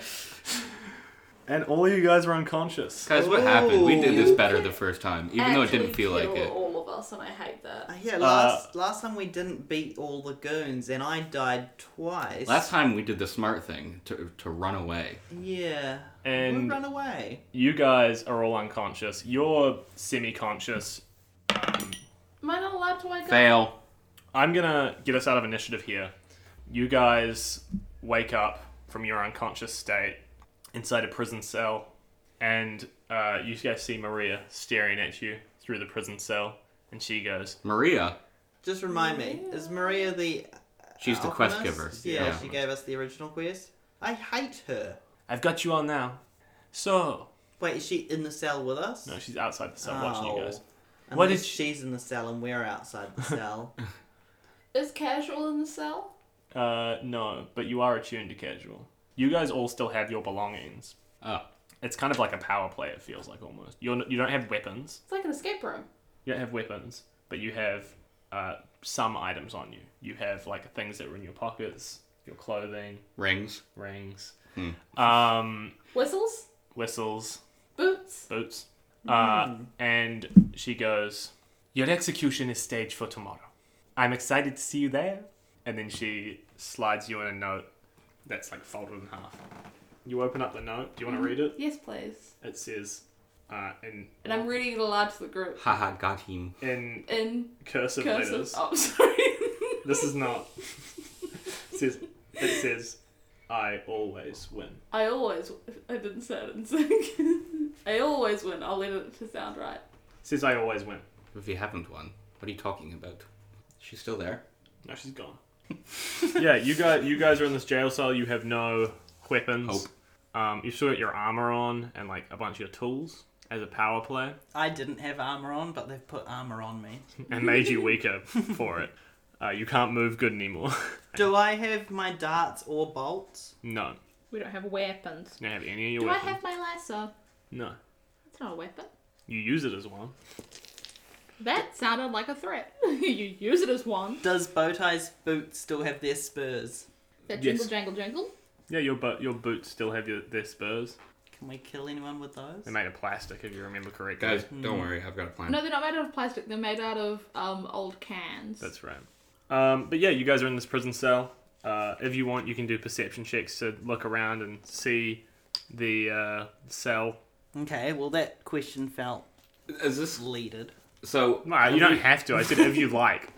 Speaker 5: And all you guys were unconscious.
Speaker 3: Guys, what happened? We did this
Speaker 1: Ooh.
Speaker 3: better the first time, even though it didn't
Speaker 1: Actually
Speaker 3: feel like
Speaker 1: kill
Speaker 3: it.
Speaker 1: All of us, and I hate that.
Speaker 2: uh, yeah, last last time we didn't beat all the goons, and I died twice.
Speaker 3: Last time we did the smart thing to, to run away.
Speaker 2: yeah, we
Speaker 5: And
Speaker 2: run away.
Speaker 5: you guys are all unconscious. You're semi conscious.
Speaker 1: Am I not allowed to wake up?
Speaker 3: Fail.
Speaker 5: I'm gonna get us out of initiative here. You guys wake up from your unconscious state inside a prison cell, and uh, you guys see Maria staring at you through the prison cell, and she goes,
Speaker 3: Maria.
Speaker 2: Just remind me, is Maria the?
Speaker 3: She's the quest giver.
Speaker 2: alchemist? Yeah, she gave us the original quest. I hate her.
Speaker 5: "I've got you on now." So
Speaker 2: Wait, is she in the cell with us?
Speaker 5: no, she's outside the cell watching you guys.
Speaker 2: Unless
Speaker 5: What is-
Speaker 2: she's in the cell and we're outside the cell.
Speaker 1: Is casual in the cell?
Speaker 5: Uh, no, but you are attuned to casual. You guys all still have your belongings.
Speaker 3: Oh.
Speaker 5: It's kind of like a power play. It feels like almost. You're n- you don't have weapons.
Speaker 1: It's like an escape room.
Speaker 5: You don't have weapons, but you have uh, some items on you. You have like things that were in your pockets, your clothing,
Speaker 3: Rings.
Speaker 5: rings, um,
Speaker 1: Whistles?
Speaker 5: whistles,
Speaker 1: Boots?
Speaker 5: boots.
Speaker 1: Hmm.
Speaker 5: Uh, and she goes, Your execution is staged for tomorrow. I'm excited to see you there. And then she slides you in a note that's like folded in half. You open up the note. Do you want
Speaker 1: Mm-hmm.
Speaker 5: to read it?
Speaker 1: Yes, please.
Speaker 5: It says, uh, in,
Speaker 1: And I'm reading it aloud to the group.
Speaker 3: Haha, got him.
Speaker 5: in
Speaker 1: In
Speaker 5: cursive,
Speaker 1: cursive.
Speaker 5: letters.
Speaker 1: Oh, (laughs) sorry.
Speaker 5: This is not. it, says, it says, I always win.
Speaker 1: I always. I didn't say it in sync. I always win. I'll let it to sound right.
Speaker 5: It says, I always win.
Speaker 3: If you haven't won, what are you talking about? She's still there.
Speaker 5: No, she's gone. yeah, you guys, you guys are in this jail cell. You have no weapons. Um, you still got your armor on and like a bunch of your tools as a power play,
Speaker 2: I didn't have armor on, but they've put armor on me.
Speaker 5: and made you weaker for it. Uh, you can't move good anymore. (laughs)
Speaker 2: Do I have my darts or bolts?
Speaker 5: no,
Speaker 6: We don't have weapons.
Speaker 5: you don't have any of your
Speaker 1: Do I
Speaker 5: weapons.
Speaker 1: have my lasso?
Speaker 5: No,
Speaker 6: It's not a weapon.
Speaker 5: you use it as one.
Speaker 6: That sounded like a threat. (laughs) you use it as one.
Speaker 2: Does Bowtie's boots still have their spurs?
Speaker 6: That
Speaker 5: Yes.
Speaker 6: jingle jangle jangle.
Speaker 5: Yeah, your but your boots still have your, their spurs.
Speaker 2: Can we kill anyone with those?
Speaker 5: They're made of plastic, if you remember correctly.
Speaker 3: Guys,
Speaker 2: Hmm.
Speaker 3: don't worry, I've got a plan.
Speaker 6: No, they're not made out of plastic. They're made out of um, old cans.
Speaker 5: That's right. Um, but yeah, you guys are in this prison cell. Uh, if you want, you can do perception checks to look around and see the uh, cell.
Speaker 2: Okay, well that question felt
Speaker 3: Is this
Speaker 2: leaded.
Speaker 3: so?
Speaker 5: No, you don't have to. I said if you like.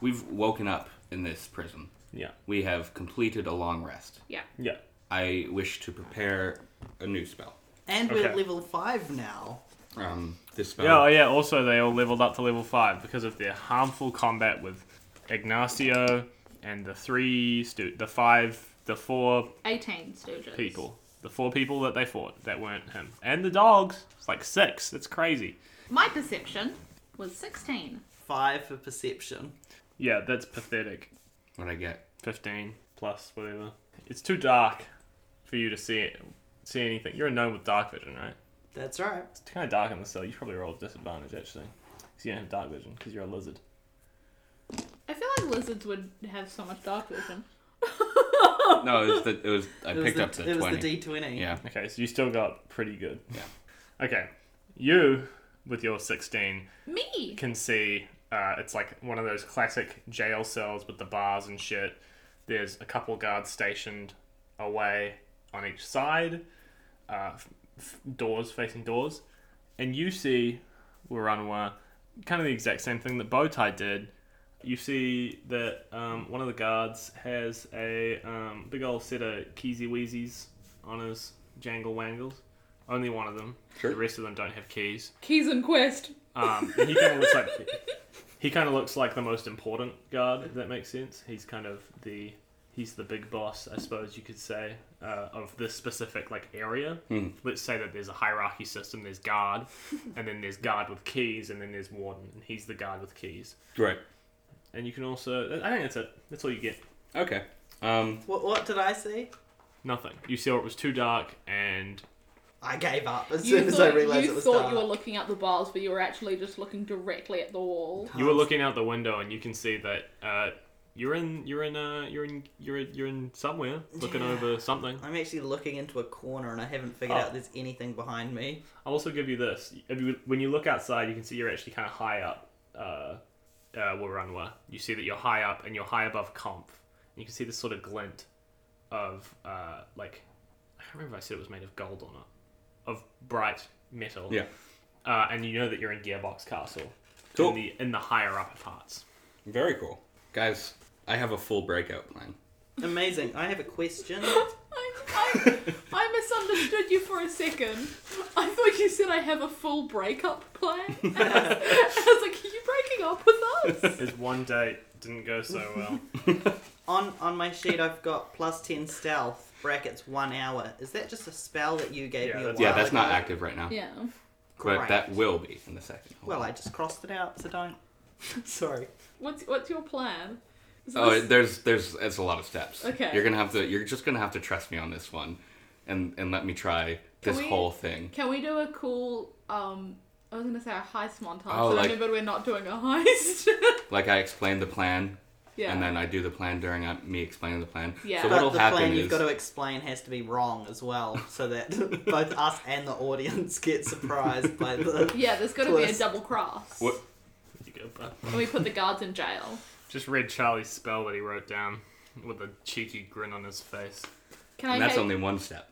Speaker 3: We've woken up in this prison.
Speaker 5: (laughs) Yeah.
Speaker 3: We have completed a long rest.
Speaker 6: Yeah.
Speaker 5: Yeah.
Speaker 3: I wish to prepare a new spell.
Speaker 2: And we're
Speaker 5: Okay.
Speaker 2: at level five now.
Speaker 3: Um, this spell.
Speaker 5: Yeah. Oh, yeah. Also, they all leveled up to level five because of their harmful combat with Ignacio and the three, stu- the five, the four
Speaker 6: 18 stooges.
Speaker 5: people, the four people that they fought that weren't him, and the dogs. It's like six. It's crazy.
Speaker 6: My perception was 16.
Speaker 2: Five for perception.
Speaker 5: Yeah, that's pathetic.
Speaker 3: What I get?
Speaker 5: 15 plus whatever. It's too dark for you to see it, see anything. You're a gnome with dark vision, right?
Speaker 2: That's right.
Speaker 5: It's kind of dark in the cell. You probably roll a disadvantage actually, because you don't have dark vision because you're a lizard.
Speaker 6: I feel like lizards would have so much dark vision.
Speaker 3: No, it was the, it was. I
Speaker 2: It was
Speaker 3: picked
Speaker 2: the,
Speaker 3: up the
Speaker 2: it was
Speaker 3: twenty.
Speaker 2: the D twenty.
Speaker 3: yeah.
Speaker 5: Okay, so you still got pretty good.
Speaker 3: Yeah.
Speaker 5: Okay, you with your 16
Speaker 6: Me!
Speaker 5: can see uh, it's like one of those classic jail cells with the bars and shit. There's a couple guards stationed away on each side, uh, f- f- doors facing doors, and you see Waranwa, kind of the exact same thing that Bowtie did. You see that um, one of the guards has a um, big old set of Keezy Weezies on his jangle wangles. Only one of them.
Speaker 3: Sure.
Speaker 5: The rest of them don't have keys.
Speaker 6: Keys and Quest.
Speaker 5: Um, and he kind of looks like He kind of looks like the most important guard, if that makes sense. He's kind of the he's the big boss, I suppose you could say, uh, of this specific like area. Let's say that there's a hierarchy system. There's guard, and then there's guard with keys, and then there's warden, and he's the guard with keys.
Speaker 3: Right.
Speaker 5: And you can also, I think that's it. That's all you get.
Speaker 3: Okay. Um,
Speaker 2: What, what did I see?
Speaker 5: Nothing. You saw it was too dark, and
Speaker 2: I gave up as
Speaker 6: You
Speaker 2: soon as I
Speaker 6: thought,
Speaker 2: realized
Speaker 6: you,
Speaker 2: it was
Speaker 6: thought
Speaker 2: dark.
Speaker 6: you were looking at the bars, but you were actually just looking directly at
Speaker 2: (laughs)
Speaker 6: the wall.
Speaker 5: you were looking out the window, and you can see that uh, you're in, you're in, uh, you're in, you're in, you're in somewhere looking
Speaker 2: Yeah.
Speaker 5: over something.
Speaker 2: I'm actually looking into a corner and I haven't figured
Speaker 5: Oh.
Speaker 2: out there's anything behind me.
Speaker 5: I'll also give you this. If you, when you look outside, you can see you're actually kind of high up uh, uh, Warunwa. You see that you're high up and you're high above Comp. And you can see this sort of glint of, uh, like, I can't remember if I said it was made of gold or not, of bright metal.
Speaker 3: Yeah.
Speaker 5: Uh, and you know that you're in Gearbox Castle.
Speaker 3: Cool.
Speaker 5: In the, in the higher upper parts.
Speaker 3: very cool. Guys, I have a full breakout plan.
Speaker 2: Amazing. I have a question.
Speaker 6: I, I, I misunderstood you for a second. I thought you said I have a full breakup
Speaker 2: (laughs)
Speaker 6: plan. (laughs) And I, was, I was like, are you breaking up with us?
Speaker 5: His one date didn't go so well.
Speaker 3: (laughs)
Speaker 2: on on my sheet, I've got plus ten stealth brackets one hour. Is that just a spell that you gave
Speaker 5: Yeah,
Speaker 2: me? A
Speaker 5: that's-
Speaker 2: while
Speaker 5: Yeah,
Speaker 3: Yeah, that's not
Speaker 2: ago?
Speaker 3: active right now.
Speaker 6: Yeah.
Speaker 3: But
Speaker 2: Great.
Speaker 3: that will be in the second. Hold
Speaker 2: Well,
Speaker 3: on.
Speaker 2: I just crossed it out, so don't. (laughs) Sorry.
Speaker 6: What's what's your plan? Is
Speaker 3: Oh,
Speaker 6: this-
Speaker 3: it- there's there's it's a lot of steps.
Speaker 6: Okay.
Speaker 3: You're gonna have to. You're just gonna have to trust me on this one, and and let me try this
Speaker 6: we-
Speaker 3: whole thing.
Speaker 6: Can we do a cool? Um, I was gonna say a heist montage.
Speaker 3: Oh,
Speaker 6: but I
Speaker 3: like-
Speaker 6: remembered we're not doing a heist. (laughs)
Speaker 3: Like I explained the plan,
Speaker 6: yeah.
Speaker 3: and then I do the plan during uh, me explaining the plan.
Speaker 6: Yeah.
Speaker 3: So
Speaker 6: But
Speaker 3: what'll
Speaker 2: the
Speaker 3: happen
Speaker 2: plan you've
Speaker 3: is
Speaker 2: got to explain has to be wrong as well, so that (laughs) both us and the audience (laughs) get surprised by
Speaker 6: (laughs)
Speaker 2: the.
Speaker 6: yeah, there's got to be a
Speaker 2: Plus-
Speaker 6: double cross.
Speaker 3: What-
Speaker 5: You go, bud.
Speaker 6: And we put the guards in jail.
Speaker 5: Just read Charlie's spell that he wrote down with a cheeky grin on his face.
Speaker 6: Can I?
Speaker 3: and that's
Speaker 6: have-
Speaker 3: only one step.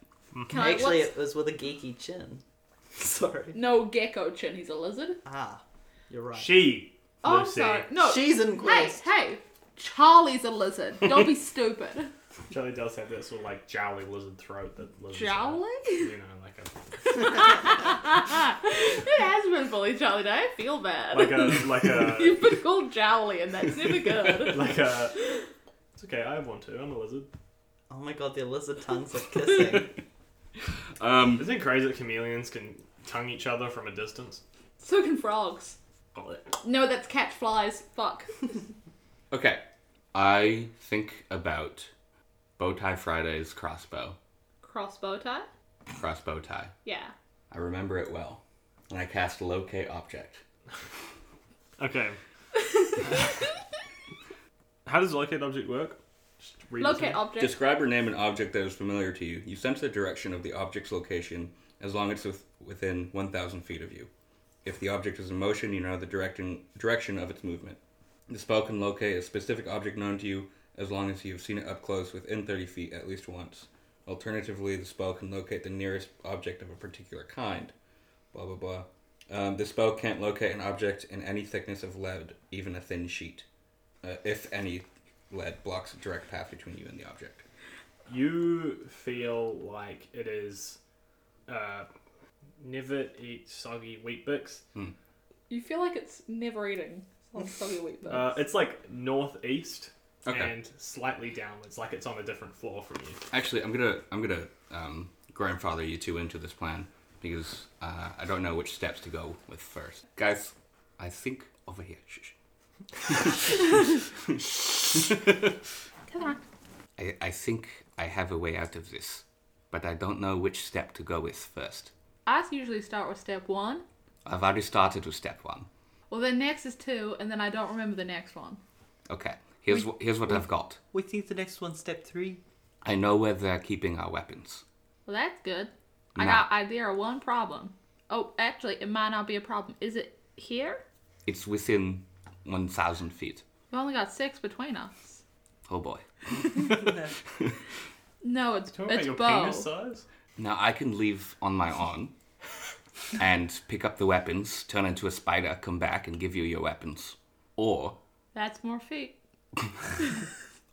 Speaker 6: Can I?
Speaker 2: Actually,
Speaker 6: what's-
Speaker 2: it was with a geeky chin. (laughs) Sorry.
Speaker 6: No gecko chin. He's a lizard.
Speaker 2: Ah, you're right.
Speaker 5: She,
Speaker 6: Oh, I'm
Speaker 5: Lucy.
Speaker 6: sorry. No.
Speaker 2: She's in
Speaker 6: hey,
Speaker 2: quest.
Speaker 6: hey. Charlie's a lizard.
Speaker 3: (laughs)
Speaker 6: Don't be stupid.
Speaker 5: Charlie does have that sort of like jowly lizard throat that lizards have.
Speaker 6: Jowly? (laughs)
Speaker 5: You know, like a
Speaker 6: it has been fully Charlie Day. I feel bad.
Speaker 5: like a like a
Speaker 6: (laughs) You've been called Jowly, and that's
Speaker 3: (laughs)
Speaker 6: never good.
Speaker 5: like a. It's okay. I have one too. I'm a lizard.
Speaker 2: Oh my god, their lizard tongues are kissing.
Speaker 3: Um,
Speaker 5: Isn't it crazy that chameleons can tongue each other from a distance?
Speaker 6: so can frogs.
Speaker 5: Oh,
Speaker 6: No, that's catch flies. Fuck.
Speaker 3: okay. I think about bow tie Friday's crossbow.
Speaker 6: Crossbow tie?
Speaker 3: Crossbow tie.
Speaker 6: Yeah.
Speaker 3: I remember it well. And I cast locate object.
Speaker 6: (laughs)
Speaker 5: Okay. How does locate object work? Just read this
Speaker 6: Locate
Speaker 5: out.
Speaker 6: object.
Speaker 3: Describe or name an object that is familiar to you. You sense the direction of the object's location as long as it's with- within 1,000 feet of you. If the object is in motion, you know the direction, direction of its movement. The spell can locate a specific object known to you as long as you have seen it up close within 30 feet at least once. Alternatively, the spell can locate the nearest object of a particular kind. Blah, blah, blah. Um, the spell can't locate an object in any thickness of lead, even a thin sheet. Uh, if any lead blocks a direct path between you and the object.
Speaker 5: You feel like it is. Uh, never eat soggy wheat bix.
Speaker 6: you feel like it's never eating. It's like soggy wheat bits.
Speaker 5: Uh, it's like northeast
Speaker 3: Okay.
Speaker 5: and slightly downwards, like it's on a different floor from you.
Speaker 3: Actually, I'm gonna I'm gonna um, grandfather you two into this plan because uh, I don't know which steps to go with first. Guys, I think over here. Shh, shh.
Speaker 6: (laughs) Come on.
Speaker 3: I I think I have a way out of this, but I don't know which step to go with first.
Speaker 6: I usually start with step one.
Speaker 3: I've already started with step one.
Speaker 6: Well, then next is two, and then I don't remember the next one.
Speaker 3: Okay, here's wh- here's what I've got.
Speaker 2: (laughs) we think the next one's step three.
Speaker 3: I know where they're keeping our weapons.
Speaker 6: Well, that's good. I
Speaker 3: Nah.
Speaker 6: got idea of one problem. Oh, actually, it might not be a problem. Is it here?
Speaker 3: It's within one thousand feet.
Speaker 6: We only got six between us.
Speaker 3: Oh boy.
Speaker 6: No, it's
Speaker 5: Talk
Speaker 6: it's
Speaker 5: about your
Speaker 6: bow.
Speaker 5: penis size.
Speaker 3: Now I can leave on my
Speaker 2: (laughs)
Speaker 3: own and pick up the weapons, turn into a spider, come back and give you your weapons. Or
Speaker 6: That's more feet.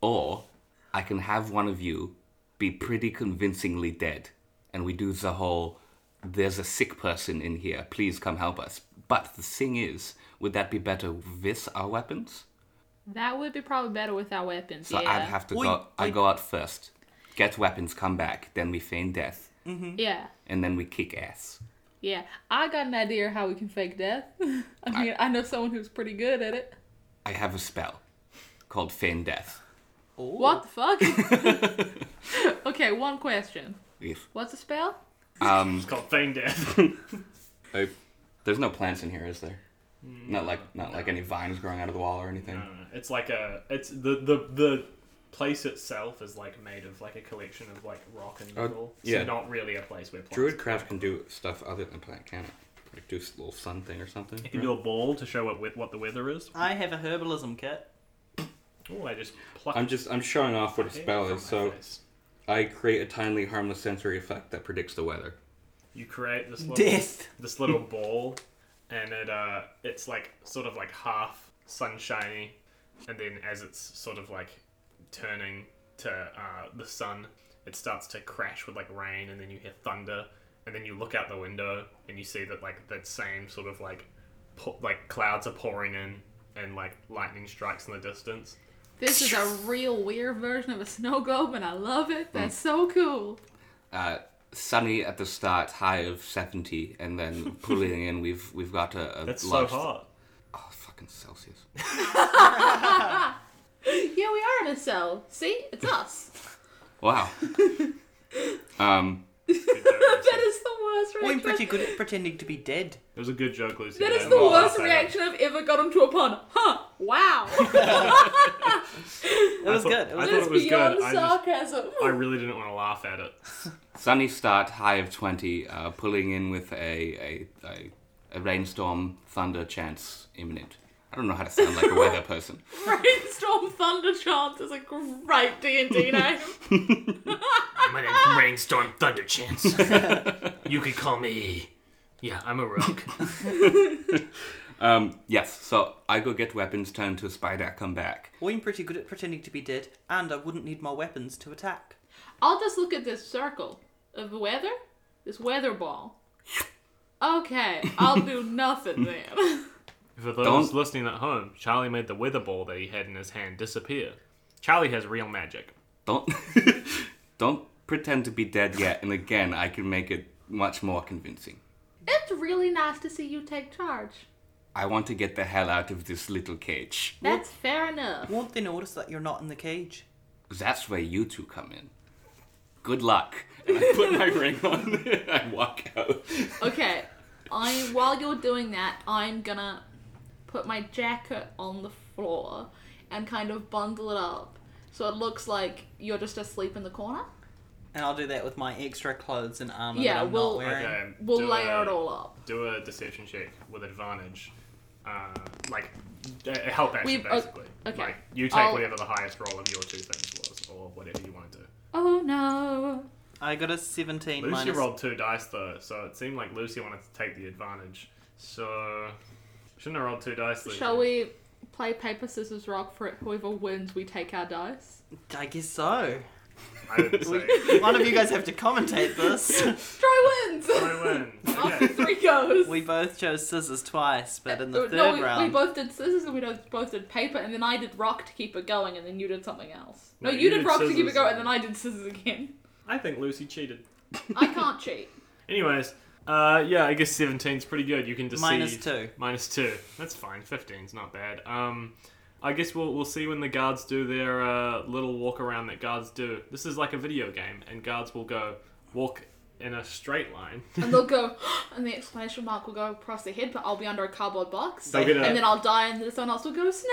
Speaker 3: or I can have one of you be pretty convincingly dead and we do the whole there's a sick person in here, please come help us But the thing is, would that be better with our weapons?
Speaker 6: That would be probably better with our weapons.
Speaker 3: So
Speaker 6: yeah.
Speaker 3: I'd have to
Speaker 2: Oi,
Speaker 3: go. I
Speaker 2: oi.
Speaker 3: go out first, get weapons, come back, then we feign death,
Speaker 5: Hmm.
Speaker 6: yeah.
Speaker 3: and then we kick ass.
Speaker 6: Yeah. I got an idea how we can fake death. (laughs) I mean, I know someone who's pretty good at it.
Speaker 3: I have a spell called feign death.
Speaker 6: What the fuck?
Speaker 3: (laughs)
Speaker 6: (laughs) okay, one question.
Speaker 3: Yes.
Speaker 6: What's the spell?
Speaker 3: Um.
Speaker 5: It's called Feign Death.
Speaker 3: I- there's no plants in here, is there?
Speaker 5: Mm,
Speaker 3: Not like not like any vines growing out of the wall or
Speaker 5: (laughs)
Speaker 3: anything.
Speaker 5: Uh, it's like a. It's the the the place itself is like made of like a collection of like rock and
Speaker 3: Oh,
Speaker 5: metal.
Speaker 3: yeah.
Speaker 5: So not really a place where plants
Speaker 3: Druidcraft can do stuff other than plant, can it? Like do a little sun thing or something.
Speaker 5: You can do a ball to show what what the weather is.
Speaker 2: I have a herbalism kit.
Speaker 5: Oh, I just plucked.
Speaker 3: I'm just I'm showing off what a
Speaker 5: hair
Speaker 3: spell
Speaker 5: from
Speaker 3: is.
Speaker 5: my
Speaker 3: So
Speaker 5: face.
Speaker 3: I create a timely, harmless sensory effect that predicts the weather.
Speaker 5: you create this little
Speaker 2: Death.
Speaker 5: this little ball, and it uh, it's like sort of like half sunshiny, and then as it's sort of like turning to uh, the sun, it starts to crash with like rain, and then you hear thunder, and then you look out the window and you see that like that same sort of like po- like clouds are pouring in, and like lightning strikes in the distance.
Speaker 6: This
Speaker 5: (laughs)
Speaker 6: is a real weird version of a snow globe, and I love it.
Speaker 5: Hmm.
Speaker 6: That's so cool.
Speaker 3: uh, sunny at the start, high of seventy, and then
Speaker 5: (laughs)
Speaker 3: pulling in. We've we've got a, a
Speaker 5: That's
Speaker 3: large-
Speaker 5: so
Speaker 2: (laughs)
Speaker 5: hot.
Speaker 3: Oh, fucking Celsius!
Speaker 6: Yeah, we are in a cell. See? It's
Speaker 5: Hmm.
Speaker 6: us.
Speaker 5: (laughs)
Speaker 3: Wow. um,
Speaker 6: that is the worst
Speaker 2: I'm
Speaker 6: reaction.
Speaker 2: pretty good at pretending to be dead.
Speaker 5: It was a good joke, Lucy.
Speaker 6: That
Speaker 5: but
Speaker 6: is
Speaker 5: I-
Speaker 6: the
Speaker 5: well, I'll
Speaker 6: worst
Speaker 5: say that.
Speaker 6: reaction I've ever gotten to a pun. Huh?
Speaker 5: (laughs)
Speaker 6: Wow.
Speaker 2: It was
Speaker 5: thought-
Speaker 2: good. It was good.
Speaker 5: I thought it
Speaker 6: That's
Speaker 5: was
Speaker 6: beyond
Speaker 5: good. I just
Speaker 6: sarcasm.
Speaker 5: I really didn't want to laugh
Speaker 4: (laughs)
Speaker 5: at it.
Speaker 3: sunny start, high of twenty, uh, pulling in with a a, a a rainstorm, thunder chance imminent. I don't know how to sound like a weather person.
Speaker 6: (laughs) Rainstorm Thunder Chance is a great D
Speaker 5: (laughs)
Speaker 6: and D name.
Speaker 4: My name's Rainstorm Thunderchance. you could call me. Yeah, I'm a rogue.
Speaker 3: Um, yes, so I go get weapons, turn to a spider, come back.
Speaker 2: I'm pretty good at pretending to be dead, and I wouldn't need my weapons to attack.
Speaker 6: I'll just look at this circle of weather, this weather ball. Okay, I'll
Speaker 5: (laughs)
Speaker 6: do nothing then.
Speaker 5: (laughs) For those
Speaker 3: Don't-
Speaker 5: listening at home, Charlie made the weather ball that he had in his hand disappear. Charlie has real magic.
Speaker 3: Don't (laughs) don't pretend to be dead yet, and again, I can make it much more convincing.
Speaker 6: it's really nice to see you take charge.
Speaker 3: I want to get the hell out of this little cage.
Speaker 6: That's fair enough.
Speaker 2: Won't they notice that you're not in the cage?
Speaker 3: That's where you two come in. Good luck. And I put my (laughs) ring on and I walk out.
Speaker 6: Okay, I while you're doing that, I'm gonna put my jacket on the floor and kind of bundle it up so it looks like you're just asleep in the corner.
Speaker 5: Oh,
Speaker 2: And I'll do that with my extra clothes and armor
Speaker 6: Yeah,
Speaker 2: that I'm
Speaker 6: we'll-
Speaker 2: not wearing.
Speaker 5: Okay,
Speaker 6: We'll
Speaker 5: do
Speaker 6: layer
Speaker 5: a-
Speaker 6: it all up.
Speaker 5: Do a deception check with advantage. Uh, like, a a help action,
Speaker 6: We've- oh,
Speaker 5: basically.
Speaker 6: okay.
Speaker 5: Like, you take
Speaker 6: I'll-
Speaker 5: whatever the highest roll of your two things was, or whatever you want to do.
Speaker 6: Oh no.
Speaker 2: I got a 17
Speaker 5: Lucy
Speaker 2: minus-
Speaker 5: rolled two dice, though, so it seemed like Lucy wanted to take the advantage. So, shouldn't have rolled two dice, Lucy.
Speaker 6: Shall we play paper, scissors, rock for it? Whoever wins, we take our dice.
Speaker 2: I guess so.
Speaker 5: I would say.
Speaker 6: (laughs)
Speaker 2: One of you guys have to commentate this.
Speaker 6: Troy wins!
Speaker 5: I win.
Speaker 6: After
Speaker 5: Okay.
Speaker 6: (laughs) three goes.
Speaker 2: we both chose scissors twice, but in the
Speaker 6: Uh,
Speaker 2: third
Speaker 6: no, we, we
Speaker 2: round.
Speaker 6: both did scissors and we both- both did paper, and then I did rock to keep it going, and then you did something else. No, you, did, rock to keep it
Speaker 5: scissors.
Speaker 6: going, and then I did scissors again.
Speaker 5: I think Lucy cheated.
Speaker 6: I can't cheat.
Speaker 5: Anyways, uh, yeah, I guess 17's pretty good. You can deceive.
Speaker 2: Minus two.
Speaker 5: Minus two. That's fine. 15's not bad. Um, I guess we'll, we'll see when the guards do their uh, little walk around that guards do. This is like a video game, and guards will go walk in a straight line.
Speaker 6: (laughs)
Speaker 5: (laughs)
Speaker 6: And they'll go, (gasps) and the exclamation mark will go across their head, but I'll be under a cardboard box.
Speaker 5: They'll get a-
Speaker 6: and then I'll die, and then someone else will go, Snake!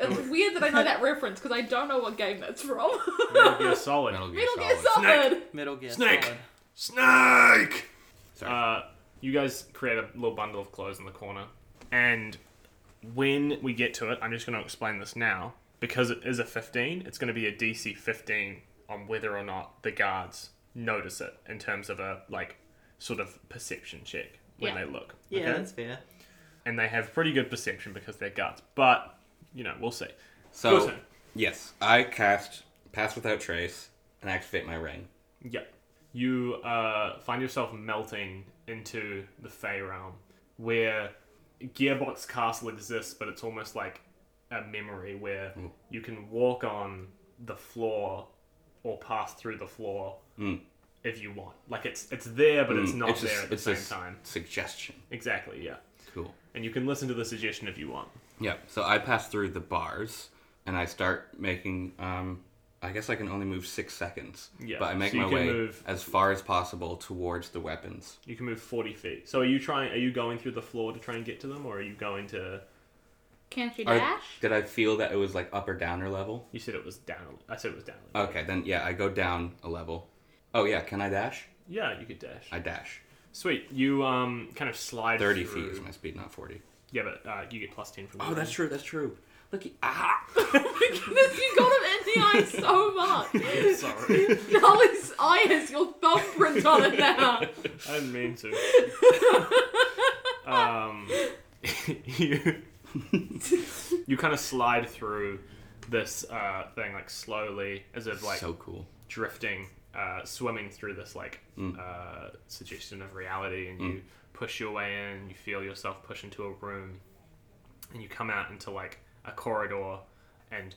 Speaker 6: It's weird that I know that reference because I don't know what game that's from. (laughs)
Speaker 5: Metal Gear Solid.
Speaker 3: Metal Gear
Speaker 6: Metal Gear
Speaker 3: Solid.
Speaker 6: Solid!
Speaker 2: Middle gear.
Speaker 4: Snake!
Speaker 2: Solid.
Speaker 4: Snake!
Speaker 5: Uh, you guys create a little bundle of clothes in the corner, and when we get to it, I'm just going to explain this now because it is a 15. It's going to be a DC 15 on whether or not the guards notice it in terms of a like sort of perception check when
Speaker 6: Yeah.
Speaker 5: they look.
Speaker 2: Yeah,
Speaker 5: okay?
Speaker 2: that's fair.
Speaker 5: and they have pretty good perception because they're guards, but you know we'll see. Your
Speaker 3: So
Speaker 5: turn.
Speaker 3: yes, I cast Pass Without Trace and activate my ring.
Speaker 5: Yeah. You uh, find yourself melting into the Fey realm where Gearbox Castle exists, but it's almost like a memory where you can walk on the floor or pass through the floor
Speaker 3: Mm.
Speaker 5: if you want. Like it's it's there, but it's
Speaker 3: Mm,
Speaker 5: not
Speaker 3: a
Speaker 5: there
Speaker 3: s-
Speaker 5: at the
Speaker 3: it's
Speaker 5: same
Speaker 3: a s-
Speaker 5: time.
Speaker 3: Suggestion.
Speaker 5: Exactly. Yeah.
Speaker 3: Cool.
Speaker 5: And you can listen to the suggestion if you want.
Speaker 3: Yeah, so I pass through the bars and I start making. Um, I guess I can only move six seconds.
Speaker 5: Yeah,
Speaker 3: But I make
Speaker 5: so you
Speaker 3: my
Speaker 5: can
Speaker 3: way
Speaker 5: move-
Speaker 3: as far as possible towards the weapons.
Speaker 5: You can move forty feet. So are you trying? Are you going through the floor to try and get to them, or are you going to?
Speaker 6: Can't you
Speaker 3: Are-
Speaker 6: dash?
Speaker 3: (laughs)
Speaker 6: (laughs)
Speaker 3: did I feel that it was like up or down or level?
Speaker 5: You said it was down. I said it was down.
Speaker 3: Okay, then yeah, I go down a level. Oh yeah, can I dash?
Speaker 5: Yeah, you could dash.
Speaker 3: I dash.
Speaker 5: Sweet. You um kind of slide.
Speaker 3: Thirty
Speaker 5: through.
Speaker 3: feet is my speed, not forty.
Speaker 5: Yeah, but uh, you get plus ten from.
Speaker 3: Oh,
Speaker 5: moving. (laughs)
Speaker 3: that's true. That's true. Look, at- ah,
Speaker 6: you got him in the eye so much.
Speaker 5: Sorry,
Speaker 3: (laughs)
Speaker 6: Now his eye has your thumbprint on it now.
Speaker 5: I didn't mean
Speaker 3: (laughs)
Speaker 5: to. um, (laughs) you (laughs) you kind of slide through this uh, thing like slowly, as if like
Speaker 3: so cool.
Speaker 5: drifting, uh, swimming through this like uh, suggestion of reality, and you push your way in. You feel yourself pushed into a room, and you come out into like a corridor, and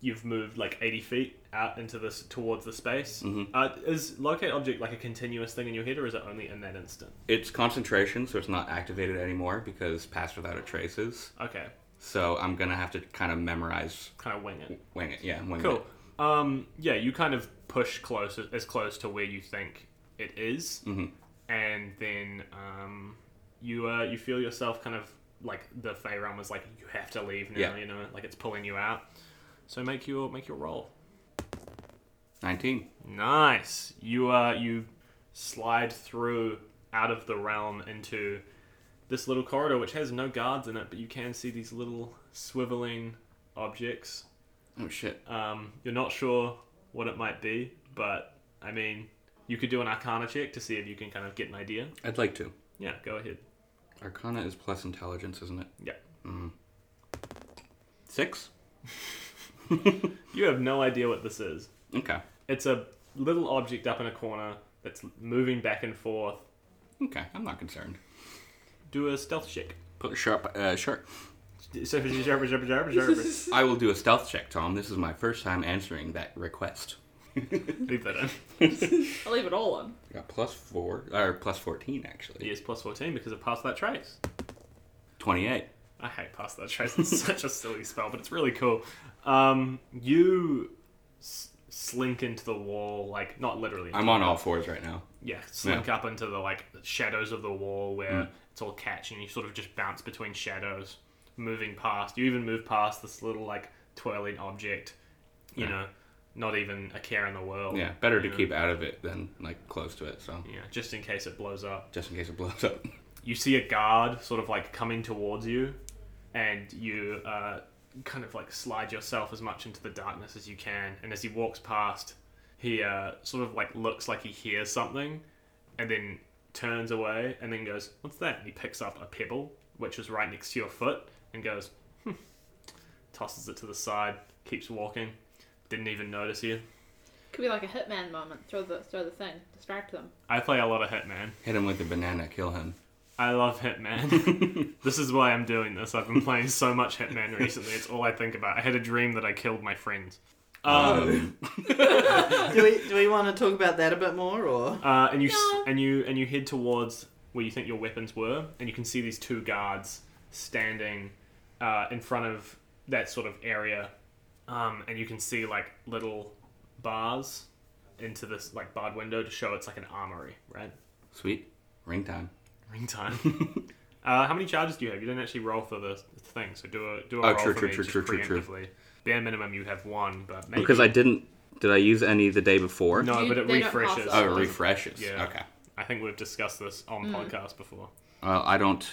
Speaker 5: you've moved like eighty feet out into this towards the space. Uh, is locate object like a continuous thing in your head, or is it only in that instant?
Speaker 3: It's concentration, so it's not activated anymore because pass without a traces.
Speaker 5: Okay,
Speaker 3: So I'm gonna have to kind of memorize,
Speaker 5: kind of wing it.
Speaker 3: wing it. Yeah, wing
Speaker 5: Cool.
Speaker 3: it.
Speaker 5: Um, yeah, you kind of push close as close to where you think it is,
Speaker 3: Mm-hmm.
Speaker 5: and then um, you uh, you feel yourself kind of like the Fey realm was like you have to leave now.
Speaker 3: Yeah.
Speaker 5: You know, like it's pulling you out. So make your make your roll.
Speaker 3: Nineteen.
Speaker 5: Nice. You uh you slide through out of the realm into this little corridor which has no guards in it, but you can see these little swiveling objects
Speaker 3: Oh shit.
Speaker 5: um, you're not sure what it might be, but I mean, you could do an Arcana check to see if you can kind of get an idea.
Speaker 3: I'd like to.
Speaker 5: Yeah, go ahead.
Speaker 3: Arcana is plus intelligence, isn't it? Mm-hmm.
Speaker 5: Yeah.
Speaker 3: Six. (laughs)
Speaker 5: You have no idea what this is.
Speaker 3: Okay.
Speaker 5: It's a little object up in a corner that's moving back and forth.
Speaker 3: Okay. I'm not concerned.
Speaker 5: Do a stealth check.
Speaker 3: Put sharp. Uh, sure.
Speaker 5: (laughs) Leave
Speaker 3: I will do a stealth check, Tom. This is my first time answering that request.
Speaker 5: that in.
Speaker 6: I'll leave it all in.
Speaker 3: I got plus four or plus fourteen actually.
Speaker 5: He is plus 14 because it passed that trace.
Speaker 3: Twenty-eight.
Speaker 5: I hate pass that trace. It's (laughs) such a silly spell, but it's really cool. Um, you s- slink into the wall, like, not literally.
Speaker 3: I'm on all fours right now.
Speaker 5: yeah, slink up into the like shadows of the wall where
Speaker 3: Mm.
Speaker 5: it's all catch, and you sort of just bounce between shadows, moving past. You even move past this little like twirling object, you
Speaker 3: Yeah.
Speaker 5: know, not even a care in the world.
Speaker 3: Yeah, better to
Speaker 5: Yeah.
Speaker 3: keep out of it than like close to it. So
Speaker 5: yeah, just in case it blows up.
Speaker 3: just in case it blows up. (laughs)
Speaker 5: You see a guard sort of like coming towards you, and you uh, kind of like slide yourself as much into the darkness as you can. And as he walks past, he uh, sort of like looks like he hears something, and then turns away and then goes, "What's that?" And he picks up a pebble, which is right next to your foot, and goes, hmm. tosses it to the side, keeps walking. Didn't even notice you.
Speaker 6: Could be like a hitman moment. Throw the throw the thing. Distract them.
Speaker 5: I play a lot of Hitman.
Speaker 3: Hit him with a banana, kill him.
Speaker 5: (laughs) I love Hitman. (laughs) this is why I'm doing this. I've been playing so much Hitman recently. It's all I think about. I had a dream that I killed my friends.
Speaker 3: Oh.
Speaker 5: Um,
Speaker 2: do we do we want to talk about that a bit more, or
Speaker 5: uh, and you s
Speaker 6: No.
Speaker 5: and you and you head towards where you think your weapons were, and you can see these two guards standing uh, in front of that sort of area, um, and you can see like little bars into this like barred window to show it's like an armory, right?
Speaker 3: Sweet ring time.
Speaker 5: Ring time. (laughs) uh, how many charges do you have? You didn't actually roll for the thing, so do a do a
Speaker 3: Oh,
Speaker 5: roll
Speaker 3: true,
Speaker 5: for
Speaker 3: true,
Speaker 5: me
Speaker 3: true,
Speaker 5: just
Speaker 3: true, true, true.
Speaker 5: preemptively. Bare minimum, you have one, but maybe
Speaker 3: Because I didn't. Did I use any the day before?
Speaker 5: no,
Speaker 6: You-
Speaker 5: but it
Speaker 6: they don't pass
Speaker 5: refreshes.
Speaker 6: it.
Speaker 3: Oh, it refreshes.
Speaker 5: Yeah.
Speaker 3: Okay.
Speaker 5: I think we've discussed this on
Speaker 6: Mm.
Speaker 5: podcast before.
Speaker 3: Well, I don't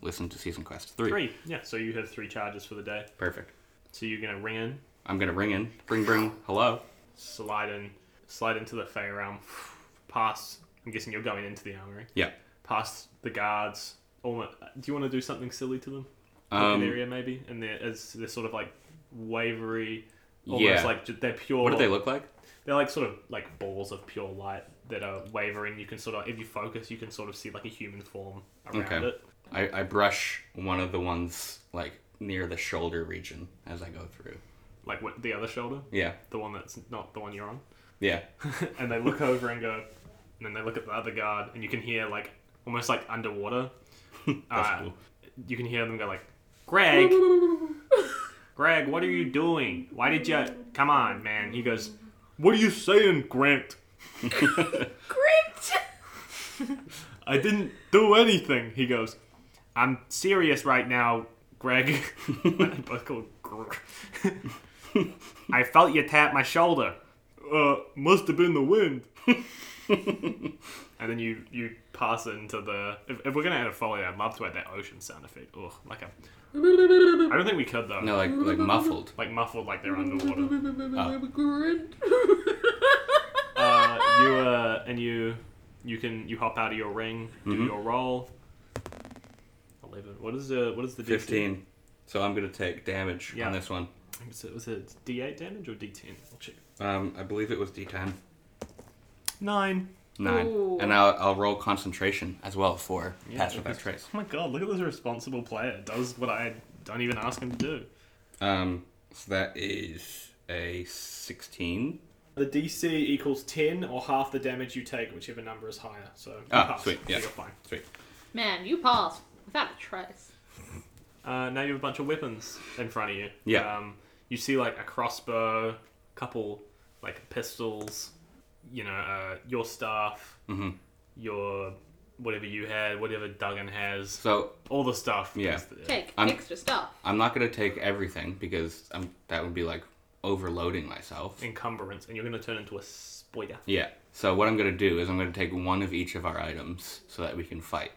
Speaker 3: listen to season quest three.
Speaker 5: Three, yeah. So you have three charges for the day.
Speaker 3: Perfect.
Speaker 5: So you're gonna ring in,
Speaker 3: I'm gonna ring in. Bring, bring. Hello.
Speaker 5: slide in, slide into the Fey realm, (sighs) past. I'm guessing you're going into the armory,
Speaker 3: Yeah.
Speaker 5: past the guards. Almost. Do you want to do something silly to them? Like an
Speaker 3: Um,
Speaker 5: area maybe, and they're, as they're sort of like wavery, almost
Speaker 3: Yeah.
Speaker 5: like ju- they're pure.
Speaker 3: what do they look like?
Speaker 5: They're like sort of like balls of pure light. that are wavering, you can sort of, if you focus, you can sort of see like a human form around
Speaker 3: Okay.
Speaker 5: it.
Speaker 3: I, I brush one of the ones like near the shoulder region as I go through.
Speaker 5: Like what, the other shoulder,
Speaker 3: Yeah,
Speaker 5: the one that's not the one you're on. (laughs)
Speaker 3: yeah. (laughs)
Speaker 5: and they look over and go, and then they look at the other guard, and you can hear like almost like underwater.
Speaker 3: That's
Speaker 5: uh,
Speaker 3: cool.
Speaker 5: You can hear them go like, Greg, Greg, what are you doing? Why did you come on, man? He goes, What are you saying, Grant?
Speaker 6: Great!
Speaker 5: (laughs) I didn't do anything. He goes, I'm serious right now,
Speaker 3: (laughs)
Speaker 5: Greg. Both called Grr. I felt you tap my shoulder. Uh, must have been the wind. and then you you pass it into the. If, if we're gonna add a folio, I'd love to add that ocean sound effect. Ugh, like a. I don't think we could though.
Speaker 3: No, like like muffled.
Speaker 5: Like muffled, like they're underwater.
Speaker 6: Grunt.
Speaker 5: Uh, you uh, and you, you can you hop out of your ring, do
Speaker 3: Mm-hmm.
Speaker 5: your roll. Eleven. What is the what is the DC?
Speaker 3: Fifteen. So I'm gonna take damage
Speaker 5: Yeah.
Speaker 3: on this one.
Speaker 5: I think it was it D8 damage or D10? I'll check.
Speaker 3: Um, I believe it was D10.
Speaker 5: Nine.
Speaker 3: Nine.
Speaker 1: Ooh.
Speaker 3: And I'll, I'll roll concentration as well for Pass Without Trace.
Speaker 5: Oh my god, look at this responsible player. Does what I don't even ask him to do.
Speaker 3: Um, so that is a 16.
Speaker 5: The DC equals 10 or half the damage you take, whichever number is higher. So, you
Speaker 3: Ah, sweet, yeah.
Speaker 5: you're fine.
Speaker 3: Sweet.
Speaker 6: Man, you pass without a trace.
Speaker 5: Uh, now you have a bunch of weapons in front of you.
Speaker 3: Yeah.
Speaker 5: Um, you see like a crossbow, couple like pistols, you know, uh, your staff,
Speaker 3: Mhm.
Speaker 5: your whatever you had, whatever Duggan has,
Speaker 3: So
Speaker 5: all the stuff.
Speaker 3: Yeah.
Speaker 5: is there.
Speaker 6: Take
Speaker 3: I'm-
Speaker 6: extra stuff.
Speaker 3: I'm not gonna take everything because i that would be like overloading myself.
Speaker 5: Encumbrance, and you're going to turn into a spoiler.
Speaker 3: Yeah. So what I'm gonna do is I'm gonna take one of each of our items so that we can fight.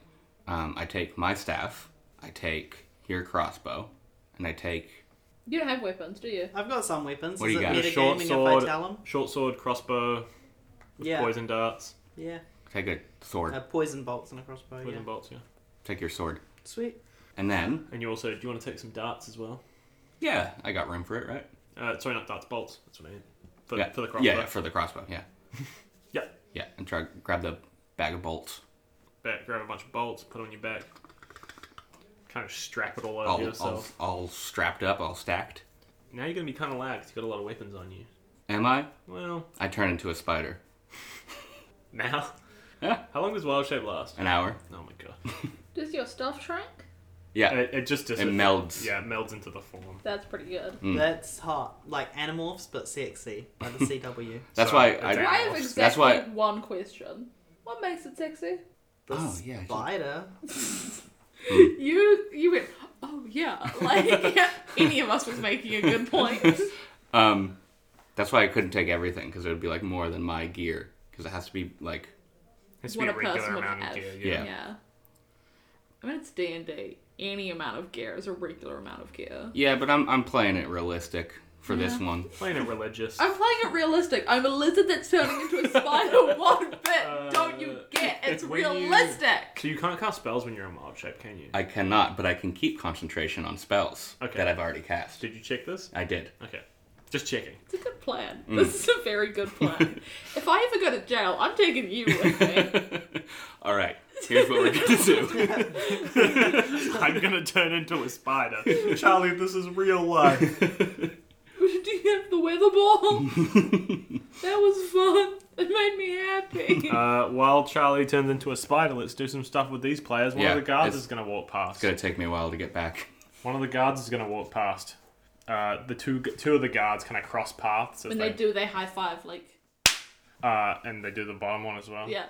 Speaker 3: Um, I take my staff, I take your crossbow, and I take
Speaker 6: You don't have weapons, do you?
Speaker 2: I've got some weapons.
Speaker 3: What
Speaker 2: Is
Speaker 3: do you
Speaker 2: it
Speaker 3: got?
Speaker 2: metagaming
Speaker 5: short
Speaker 2: if
Speaker 5: sword,
Speaker 2: I tell them?
Speaker 5: short sword, crossbow, with
Speaker 2: Yeah.
Speaker 5: poison darts,
Speaker 2: Yeah.
Speaker 3: take a sword,
Speaker 2: Uh, poison bolts and a
Speaker 6: Oh,
Speaker 2: crossbow. yeah.
Speaker 5: poison bolts, yeah.
Speaker 3: take your sword,
Speaker 2: Sweet.
Speaker 3: and then
Speaker 5: And you also, do you want to take some darts as well?
Speaker 3: yeah, I got room for it, right?
Speaker 5: Uh, sorry, not darts, bolts. That's what I mean. For,
Speaker 3: yeah.
Speaker 5: for the
Speaker 3: Yeah,
Speaker 5: crossbow.
Speaker 3: Yeah, for the crossbow.
Speaker 5: (laughs)
Speaker 3: Yeah.
Speaker 5: Yeah.
Speaker 3: Yeah, and try grab the bag of bolts.
Speaker 5: Back, grab a bunch of bolts, put it on your back, kind of strap it all over
Speaker 3: All, all,
Speaker 5: yourself.
Speaker 3: all strapped up, all stacked.
Speaker 5: Now you're gonna be kind of lagged. you got a lot of weapons on you.
Speaker 3: Am I?
Speaker 5: Well, (laughs)
Speaker 3: I turn into a spider.
Speaker 5: now,
Speaker 3: Yeah.
Speaker 5: how long does wild shape last?
Speaker 3: An hour.
Speaker 5: Oh my god,
Speaker 6: Does your stuff shrink?
Speaker 3: Yeah.
Speaker 5: it, it just dis-
Speaker 3: It melds.
Speaker 5: Yeah, it melds into the form.
Speaker 6: That's pretty good.
Speaker 3: Mm.
Speaker 2: That's hot. Like Animorphs, but sexy. By the CW.
Speaker 3: That's
Speaker 5: So,
Speaker 3: why
Speaker 5: it's
Speaker 3: I,
Speaker 5: an-
Speaker 6: I have
Speaker 5: That's
Speaker 6: exactly
Speaker 3: why-
Speaker 6: one question. What makes it sexy?
Speaker 2: The
Speaker 3: Oh, yeah, I should-
Speaker 2: Spider.
Speaker 6: You you went, oh yeah. Like (laughs) any of us was making a good point.
Speaker 3: (laughs) um, that's why I couldn't take everything because it would be like more than my gear because it has to be like
Speaker 5: It's
Speaker 6: what
Speaker 5: been
Speaker 6: a
Speaker 5: a regular
Speaker 6: person would
Speaker 5: amount of
Speaker 6: have.
Speaker 5: gear. Yeah.
Speaker 3: Yeah.
Speaker 6: I mean it's D and D. Any amount of gear is a regular amount of gear.
Speaker 3: yeah, but I'm I'm playing it realistic for this one.
Speaker 5: Playing it religious.
Speaker 6: I'm playing it realistic. I'm a lizard that's turning into a (laughs) spider one bit. Don't you get? It's
Speaker 5: Uh, when you-
Speaker 6: realistic.
Speaker 5: So you can't cast spells when you're in wild shape, can you?
Speaker 3: I cannot, but I can keep concentration on spells
Speaker 5: Okay.
Speaker 3: that I've already cast.
Speaker 5: Did you check this?
Speaker 3: I did.
Speaker 5: Okay, just checking.
Speaker 6: It's a good plan.
Speaker 5: Mm.
Speaker 6: This is a
Speaker 5: (laughs)
Speaker 6: very good plan. if I ever go to jail, I'm taking you with
Speaker 5: (laughs)
Speaker 6: me.
Speaker 3: (laughs) All right, here's what we're gonna do.
Speaker 5: (laughs) I'm gonna turn into a spider. Charlie, this is real life.
Speaker 6: Do you have the weather ball? that was fun. It made me happy.
Speaker 5: (laughs) Uh, while Charlie turns into a spider, let's do some stuff with these players. One
Speaker 3: Yeah,
Speaker 5: of the guards
Speaker 3: it's-
Speaker 5: is gonna walk past.
Speaker 3: It's gonna take me a while to get back.
Speaker 5: One of the guards is gonna walk past. Uh, the two two of the guards kind of cross paths, as
Speaker 6: when
Speaker 5: they,
Speaker 6: they do, they high five. Like,
Speaker 5: uh, and they do the bottom one as well.
Speaker 6: yeah.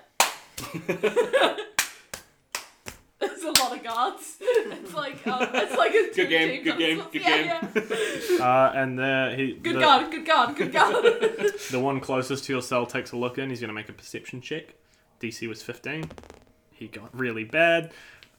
Speaker 6: There's a lot of guards. It's like um, it's like a two
Speaker 3: game,
Speaker 6: team
Speaker 3: good game,
Speaker 6: concept.
Speaker 3: good
Speaker 6: yeah, Yeah.
Speaker 5: Uh, and the he
Speaker 6: Good
Speaker 5: the,
Speaker 6: guard, good guard, good guard.
Speaker 5: the one closest to your cell takes a look in. He's gonna make a perception check. DC was fifteen. He got really bad.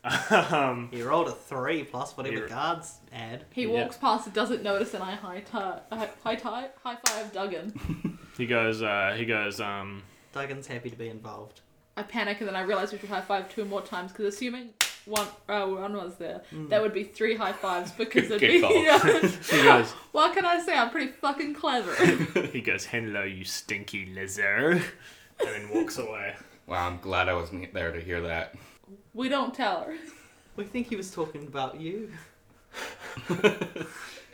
Speaker 5: (laughs) Um,
Speaker 2: He rolled a three plus whatever
Speaker 5: Here.
Speaker 2: guards add.
Speaker 6: He
Speaker 5: Yeah.
Speaker 6: walks past and doesn't notice, and I high tie, high tie, high five Duggan.
Speaker 5: he goes. Uh, he goes. Um,
Speaker 2: Duggan's happy to be involved.
Speaker 6: I panic and then I realize we should high five two more times because assuming one uh, one was there, that would be three high fives because it'd
Speaker 3: Good
Speaker 6: be.
Speaker 3: call.
Speaker 6: Yeah.
Speaker 5: he goes.
Speaker 6: what can I say? I'm pretty fucking clever.
Speaker 5: He goes, Hello, you stinky lizard. and then
Speaker 1: (laughs)
Speaker 5: walks away.
Speaker 3: Wow, I'm glad I wasn't there to hear that.
Speaker 1: We don't tell her.
Speaker 2: We think he was talking about you.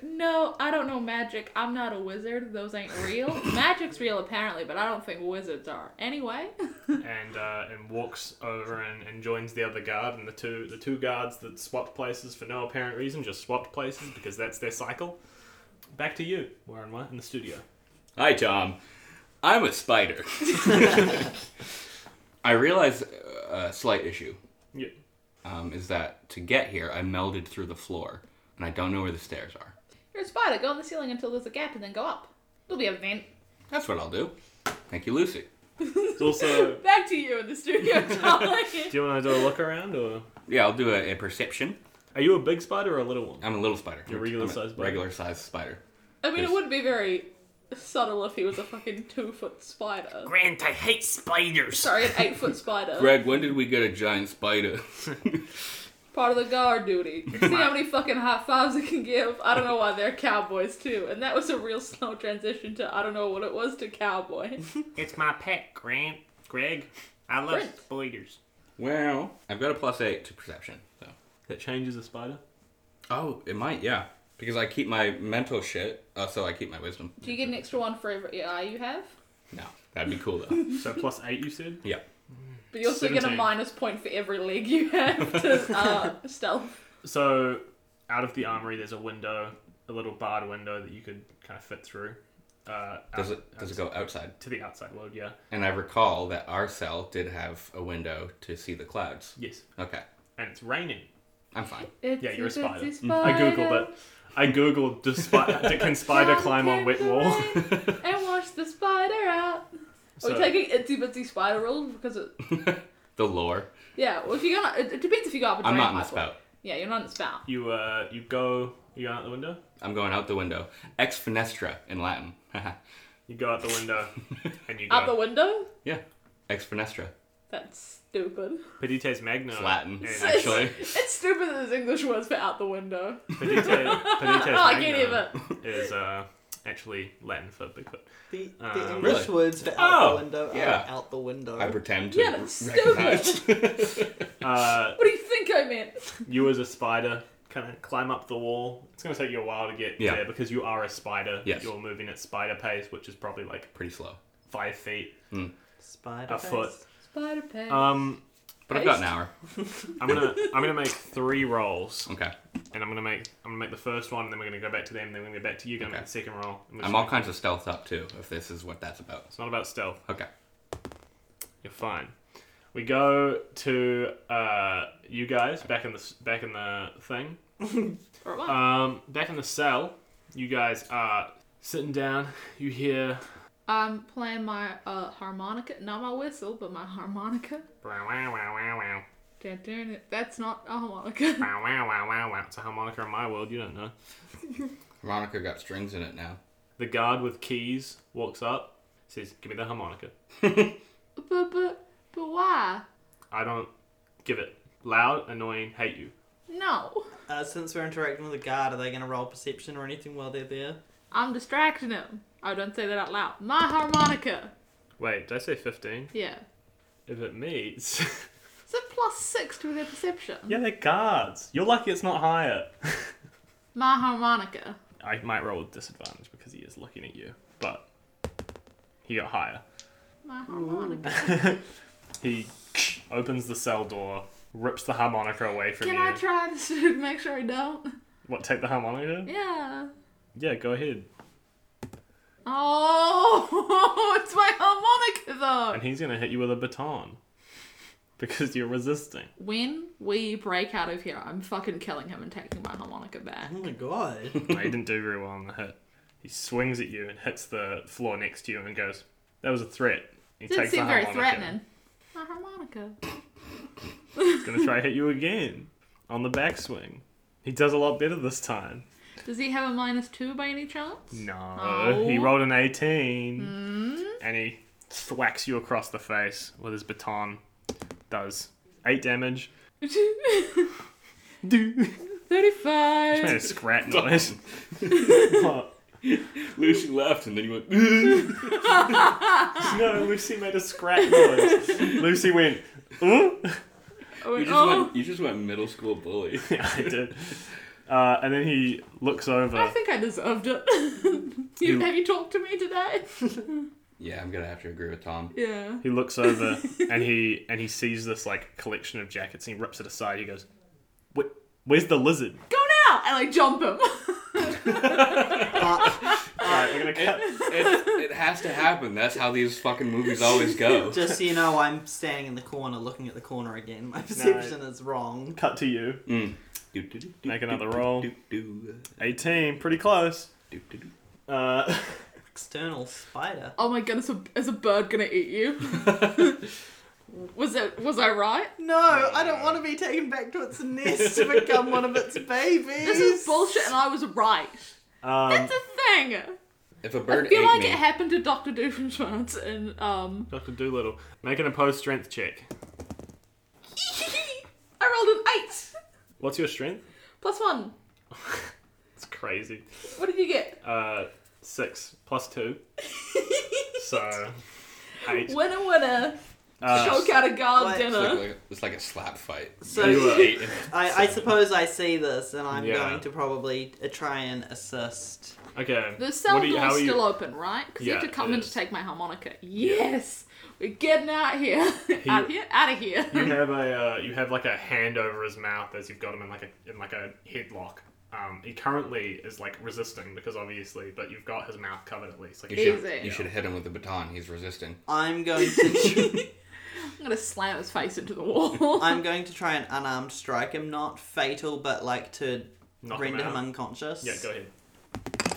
Speaker 6: No, I don't know magic. I'm not a wizard. Those ain't real. Magic's real apparently, but I don't think wizards are. Anyway,
Speaker 5: and uh, and walks over and, and joins the other guard and the two the two guards that swapped places for no apparent reason just swapped places because that's their cycle. Back to you, Warren White, in the studio.
Speaker 3: Hi, Tom. I'm a spider. (laughs) I realize uh, a slight issue
Speaker 5: Yeah.
Speaker 3: um, is that to get here, I melded through the floor, and I don't know where the stairs are.
Speaker 6: you're a spider. Go on the ceiling until there's a gap, and then go up. There'll be a vent.
Speaker 3: That's what I'll do. Thank you, Lucy.
Speaker 1: (laughs)
Speaker 5: It's also.
Speaker 6: Back to you in the studio, Charlie.
Speaker 5: Do you want to do a look around, or
Speaker 3: Yeah, I'll do a, a perception.
Speaker 5: are you a big spider or a little one?
Speaker 4: Uh,
Speaker 3: I'm a little spider.
Speaker 5: You're a regular
Speaker 3: I'm
Speaker 5: size spider.
Speaker 3: Regular size spider.
Speaker 1: I mean,
Speaker 3: Yes.
Speaker 1: it would be very subtle if he was a fucking two foot spider.
Speaker 4: Grant, I hate spiders.
Speaker 1: Sorry, an eight foot spider.
Speaker 3: Greg, when did we get a giant spider? (laughs)
Speaker 1: Part of the guard
Speaker 5: (laughs)
Speaker 1: duty. See how many fucking high fives it can give. I don't know why they're cowboys too. And that was a real slow transition to I don't know what it was to (laughs) cowboy.
Speaker 4: It's my pet, Grant. Greg, I love
Speaker 1: Grant.
Speaker 4: spiders.
Speaker 3: well, I've got a plus eight to perception. So.
Speaker 5: That changes a spider.
Speaker 3: Oh, it might. Yeah, because I keep my mental shit, uh, so I keep my wisdom.
Speaker 1: Do you get an extra one for every eye you have?
Speaker 3: No, that'd be cool though.
Speaker 5: So plus eight, you said.
Speaker 3: (laughs) yeah.
Speaker 1: But you also get a
Speaker 5: 17.
Speaker 1: minus point for every leg you
Speaker 5: (laughs)
Speaker 1: have to uh, stealth.
Speaker 5: So out of the armory, there's a window, a little barred window that you could kind of fit through. Uh,
Speaker 3: Does
Speaker 5: out-
Speaker 3: it does it go outside?
Speaker 5: to the outside world? Yeah.
Speaker 3: And I recall that our cell did have a window to see the clouds.
Speaker 5: Yes.
Speaker 3: Okay,
Speaker 5: And it's raining.
Speaker 3: I'm (laughs) fine.
Speaker 5: Yeah, you're a spider. (laughs)
Speaker 1: I
Speaker 5: I googled it. I googled does
Speaker 1: (laughs)
Speaker 5: spi- can spider climb on wet wall?
Speaker 1: and wash the spider out. Are we
Speaker 5: So-
Speaker 1: taking itsy bitsy spider rules? Because, it,
Speaker 3: The lore.
Speaker 1: yeah, well, if you're gonna, it, it depends if you go up a drain
Speaker 3: I'm not in the
Speaker 1: pipe or-
Speaker 3: spout.
Speaker 1: Yeah, you're not in the spout.
Speaker 5: (laughs) You uh, you go you go out the window.
Speaker 3: I'm going out the window. Ex fenestra in Latin. (laughs)
Speaker 5: You go out the window, and you
Speaker 1: Out the
Speaker 5: go.
Speaker 1: window?
Speaker 3: yeah, ex fenestra.
Speaker 1: That's stupid.
Speaker 5: Petites magna.
Speaker 1: (laughs)
Speaker 3: It's Latin, (laughs)
Speaker 5: and
Speaker 3: actually.
Speaker 1: It's stupid that there's English words for out the window. (laughs)
Speaker 5: Petite, petites
Speaker 1: Oh, I get
Speaker 5: magna
Speaker 1: it.
Speaker 5: is uh, actually Latin for Bigfoot.
Speaker 2: The, the
Speaker 5: Um,
Speaker 2: English
Speaker 3: Ah, Really?
Speaker 2: words for out
Speaker 3: Oh,
Speaker 2: the window are
Speaker 3: yeah.
Speaker 2: out the window.
Speaker 3: I pretend to
Speaker 1: Yeah, that's
Speaker 3: recognize.
Speaker 5: Uh,
Speaker 1: What do you think I meant?
Speaker 5: you as a spider kind of climb up the wall. It's gonna take you a while to get
Speaker 3: Yeah.
Speaker 5: there because you are a spider.
Speaker 3: Yes.
Speaker 5: You're moving at spider pace, which is probably
Speaker 3: (laughs)
Speaker 5: like
Speaker 3: Pretty slow.
Speaker 5: five feet.
Speaker 2: Spider
Speaker 5: A
Speaker 2: face.
Speaker 5: foot.
Speaker 1: Spider pet.
Speaker 5: Um,
Speaker 3: But I've got an hour.
Speaker 5: I'm gonna I'm gonna make three rolls,
Speaker 3: Okay.
Speaker 5: and I'm gonna make I'm gonna make the first one, and then we're gonna go back to them, and then we're gonna go back to you. Gonna
Speaker 3: Okay.
Speaker 5: make the second roll. and we're just
Speaker 3: I'm all
Speaker 5: gonna-
Speaker 3: kinds of stealth up too, if this is what that's about.
Speaker 5: It's not about stealth.
Speaker 3: Okay.
Speaker 5: You're fine. We go to uh, you guys back in the s- back in the thing.
Speaker 1: Or what?
Speaker 5: Um, back in the cell, you guys are sitting down. You hear
Speaker 6: I'm playing my uh, harmonica, not my whistle, but my harmonica.
Speaker 5: wow wow wow wow wow
Speaker 6: Dun, dun, That's not a harmonica. (laughs)
Speaker 5: wow wow wow wow wow. It's a harmonica in my world. You don't know.
Speaker 3: Veronica got strings in it now.
Speaker 5: The guard with keys walks up, says, "Give me the harmonica."
Speaker 6: but, but, but why?
Speaker 5: I don't give it. Loud, annoying, hate you.
Speaker 6: No.
Speaker 2: Uh, since we're interacting with a guard, are they going to roll perception or anything while they're there?
Speaker 6: I'm distracting him. I don't say that out loud. My harmonica.
Speaker 5: Wait, did I say fifteen?
Speaker 6: Yeah.
Speaker 5: If it meets, (laughs)
Speaker 6: It's a plus six to their perception.
Speaker 5: yeah, they're guards. You're lucky it's not higher. (laughs)
Speaker 6: My harmonica.
Speaker 5: I might roll with disadvantage because he is looking at you, but he got higher.
Speaker 6: My harmonica.
Speaker 5: He (sniffs) opens the cell door, rips the harmonica away from
Speaker 6: Can
Speaker 5: you.
Speaker 6: I try this (laughs) to make sure I don't?
Speaker 5: what, take the harmonica?
Speaker 6: Yeah.
Speaker 5: Yeah, go ahead.
Speaker 6: Oh, (laughs) it's my harmonica though.
Speaker 5: And he's gonna hit you with a baton (laughs) because you're resisting.
Speaker 6: When we break out of here, I'm fucking killing him and taking my harmonica back.
Speaker 2: Oh my god. (laughs)
Speaker 5: No, he didn't do very well on the hit. He swings at you and hits the floor next to you and goes, "That was a threat." He
Speaker 6: Didn't
Speaker 5: takes the
Speaker 6: seem very
Speaker 5: harmonica.
Speaker 6: threatening. My harmonica.
Speaker 5: He's gonna try to hit you again on the backswing. He does a lot better this time.
Speaker 6: Does he have a minus two by any chance?
Speaker 5: No,
Speaker 6: No.
Speaker 5: he rolled an 18.
Speaker 6: Hmm.
Speaker 5: And he thwacks you across the face with his baton. Does 8 damage. Dude.
Speaker 6: Hmm? (laughs) 35. (laughs)
Speaker 5: Made a scrat noise. (laughs) What?
Speaker 3: Lucy left, and then you went. (laughs)
Speaker 5: No, Lucy made a scratch noise. Lucy went, "Huh?"
Speaker 6: I went,
Speaker 3: You just,
Speaker 6: oh,
Speaker 3: went, you just went middle school bully. (laughs)
Speaker 5: Yeah, I did. Uh, and then he looks
Speaker 6: I
Speaker 5: over.
Speaker 6: think I deserved it. (laughs) you,
Speaker 3: You-
Speaker 6: have you talked to me today?
Speaker 3: Yeah, I'm gonna have to agree with
Speaker 6: (laughs)
Speaker 3: Tom.
Speaker 6: yeah.
Speaker 5: He looks
Speaker 6: (laughs)
Speaker 5: over and he and he sees this like collection of jackets. And he rips it aside. He goes, "Wh- "Where's the lizard?"
Speaker 6: Go now! And I jump him. (laughs)
Speaker 5: All right, we're
Speaker 6: (laughs)
Speaker 5: gonna cut.
Speaker 3: It, it has to happen. That's how these fucking movies always
Speaker 6: (laughs)
Speaker 3: go.
Speaker 2: Just so you know, I'm standing in the corner looking at the corner again. My perception is wrong.
Speaker 5: Cut to you.
Speaker 3: Mm. Do, do, do, do,
Speaker 5: Make another
Speaker 3: do,
Speaker 5: roll.
Speaker 3: do, do, uh,
Speaker 5: 18, pretty close.
Speaker 3: do, do, do.
Speaker 5: Uh, (laughs)
Speaker 2: External spider.
Speaker 6: oh my goodness, a- is a bird gonna eat you? (laughs) was it? Was I right?
Speaker 2: No, I don't want to be taken back to its nest to become one of its babies.
Speaker 6: This is bullshit, and I was right.
Speaker 5: um,
Speaker 6: That's a thing.
Speaker 3: If a
Speaker 6: I
Speaker 3: bird
Speaker 6: feel
Speaker 3: ate
Speaker 6: like
Speaker 3: me,
Speaker 6: it happened to Doctor Doofenshmirtz and um.
Speaker 5: Dr. Doolittle, make an opposed strength check.
Speaker 6: I rolled an eight
Speaker 5: What's your strength?
Speaker 6: plus one.
Speaker 5: It's crazy.
Speaker 6: What did you get?
Speaker 5: Uh, six plus
Speaker 6: (laughs)
Speaker 5: two, so eight.
Speaker 6: winner, winner.
Speaker 5: Uh,
Speaker 6: Choke out a guard
Speaker 2: What?
Speaker 3: it's like,
Speaker 6: dinner.
Speaker 3: like, it's like a slap fight.
Speaker 2: So-
Speaker 3: You
Speaker 6: (laughs)
Speaker 3: just ate it.
Speaker 2: I, I suppose I see this, and I'm
Speaker 5: uh, Yeah.
Speaker 2: going to probably uh, try and assist.
Speaker 5: okay.
Speaker 6: The cell
Speaker 5: What do you- how
Speaker 6: door's
Speaker 5: are you-
Speaker 6: still open, right? Because you
Speaker 5: Yeah,
Speaker 6: have to come
Speaker 5: it
Speaker 6: in
Speaker 5: is.
Speaker 6: to take my harmonica. Yes, we're getting out here, (laughs) out here, out of here.
Speaker 3: (clears throat)
Speaker 5: You have a uh, you have like a hand over his mouth as you've got him in like a in like a headlock. Um, he currently is like resisting because obviously, but you've got his mouth covered at least. Like
Speaker 3: You
Speaker 5: he-
Speaker 6: Easy.
Speaker 3: should, you should hit him with the baton. He's resisting.
Speaker 2: I'm going to
Speaker 6: (laughs) I'm gonna slam his face into the wall. (laughs)
Speaker 2: I'm going to try and unarmed strike him, not fatal, but like to
Speaker 5: Knock him
Speaker 2: render him,
Speaker 5: out.
Speaker 2: unconscious.
Speaker 5: yeah, go ahead.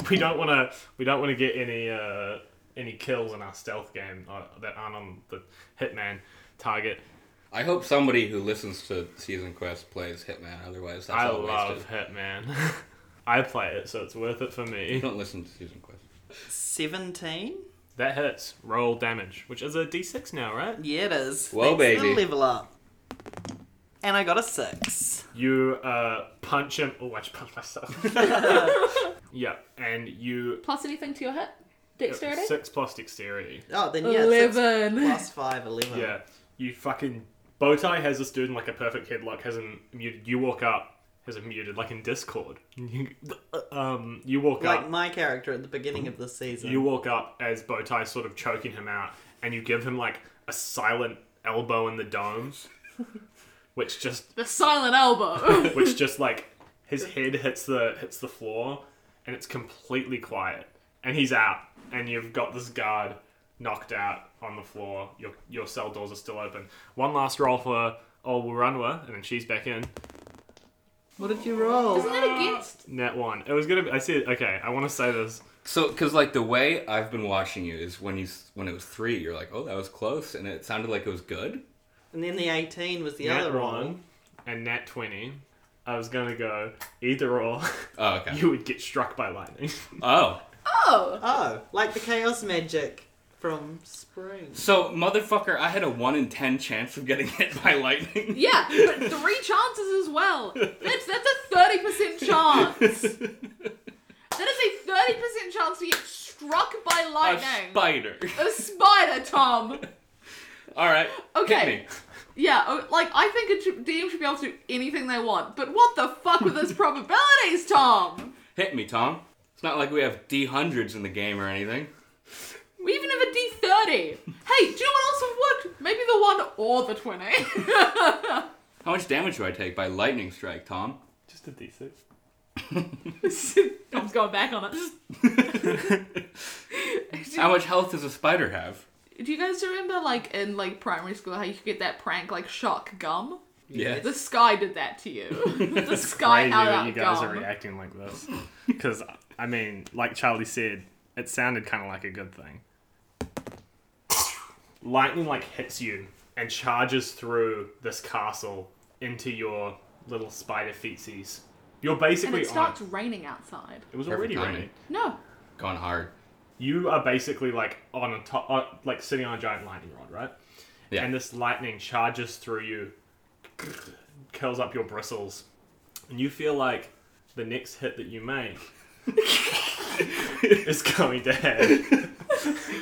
Speaker 5: We don't want to we don't want to get any uh, any kills in our stealth game uh, that aren't on the hitman target.
Speaker 3: I hope somebody who listens to Season Quest plays Hitman. Otherwise, that's
Speaker 5: I
Speaker 3: all
Speaker 5: love
Speaker 3: wasted.
Speaker 5: hitman. (laughs) I play it, so it's worth it for
Speaker 3: You (laughs)
Speaker 5: me.
Speaker 3: don't listen to Season Quest.
Speaker 2: Seventeen.
Speaker 5: That hits. Roll damage, which is a d6 now, right?
Speaker 2: Yeah, it is.
Speaker 3: Well,
Speaker 2: Thanks for the
Speaker 3: baby.
Speaker 2: level up. And I got a six.
Speaker 5: You uh, punch him. Oh, I just punched myself. yeah, and you
Speaker 6: Plus anything to your hit? Dexterity?
Speaker 5: Six plus dexterity.
Speaker 2: Oh, then yeah, six
Speaker 6: Eleven.
Speaker 2: plus five, eleven.
Speaker 5: Yeah. You fucking. Bowtie has this dude in like a perfect headlock, has him muted. You walk up, has him muted, like in Discord. You, um, you walk
Speaker 2: Like
Speaker 5: up.
Speaker 2: my character at the beginning of the season.
Speaker 5: You walk up as Bowtie's sort of choking him out, and you give him like a silent elbow in the dome, which just,
Speaker 6: The silent elbow. (laughs)
Speaker 5: which just like his head hits the hits the floor, and it's completely quiet, and he's out, and you've got this guard knocked out on the floor. Your your cell doors are still open. One last roll for old Wurunwa, and then she's back in.
Speaker 2: What did you roll?
Speaker 6: Isn't that against?
Speaker 5: Net one. It was gonna. Be, I said okay. I want to say this.
Speaker 3: So, because like the way I've been watching you is when you s- when it was three, you're like, oh, that was close, and it sounded like it was good.
Speaker 2: And then the eighteen was the
Speaker 5: nat
Speaker 2: other roll.
Speaker 5: one and nat twenty. I was gonna go either or. (laughs)
Speaker 3: Oh, okay.
Speaker 5: you would get struck by lightning. (laughs)
Speaker 3: Oh,
Speaker 6: Oh, (laughs)
Speaker 2: Oh, like the chaos magic from spring.
Speaker 3: so motherfucker, I had a one in ten chance of getting (laughs) hit by lightning.
Speaker 6: yeah, but three chances as well. That's that's a thirty percent chance.
Speaker 3: (laughs)
Speaker 6: That is a thirty percent chance to get struck by
Speaker 3: A
Speaker 6: lightning.
Speaker 3: spider.
Speaker 6: A spider, Tom.
Speaker 3: All right.
Speaker 6: Okay.
Speaker 3: Hit me.
Speaker 6: Yeah, oh, like I think a tr- DM should be able to do anything they want, but what the fuck with (laughs) those probabilities, Tom?
Speaker 3: Hit me, Tom. It's not like we have D hundreds in the game or anything.
Speaker 6: We even have a D30. Hey, do you know what else would work? Maybe the one or the (laughs) 20.
Speaker 3: How much damage do I take by lightning strike, Tom?
Speaker 5: Just a d6.
Speaker 6: Tom's going back on it.
Speaker 3: How much health does a spider have?
Speaker 6: Do you guys remember, like, in, like, primary school, how you could get that prank, like, shock gum?
Speaker 3: Yeah.
Speaker 6: The sky did that to (laughs) you. the sky held out
Speaker 5: you guys
Speaker 6: gum.
Speaker 5: are reacting like this. Because I mean, like Charlie said, it sounded kind of like a good thing. Lightning like hits you and charges through this castle into your little spider feetsies. You're
Speaker 6: and
Speaker 5: basically
Speaker 6: it starts
Speaker 5: on.
Speaker 6: raining outside.
Speaker 5: It was
Speaker 3: Perfect
Speaker 5: already
Speaker 3: timing.
Speaker 5: raining.
Speaker 6: No.
Speaker 3: Gone hard.
Speaker 5: You are basically like on a top, on, like sitting on a giant lightning rod, right?
Speaker 3: Yeah.
Speaker 5: And this lightning charges through you, (clears throat) curls up
Speaker 3: (laughs)
Speaker 5: your bristles, and you feel like the next hit that you make is going to have.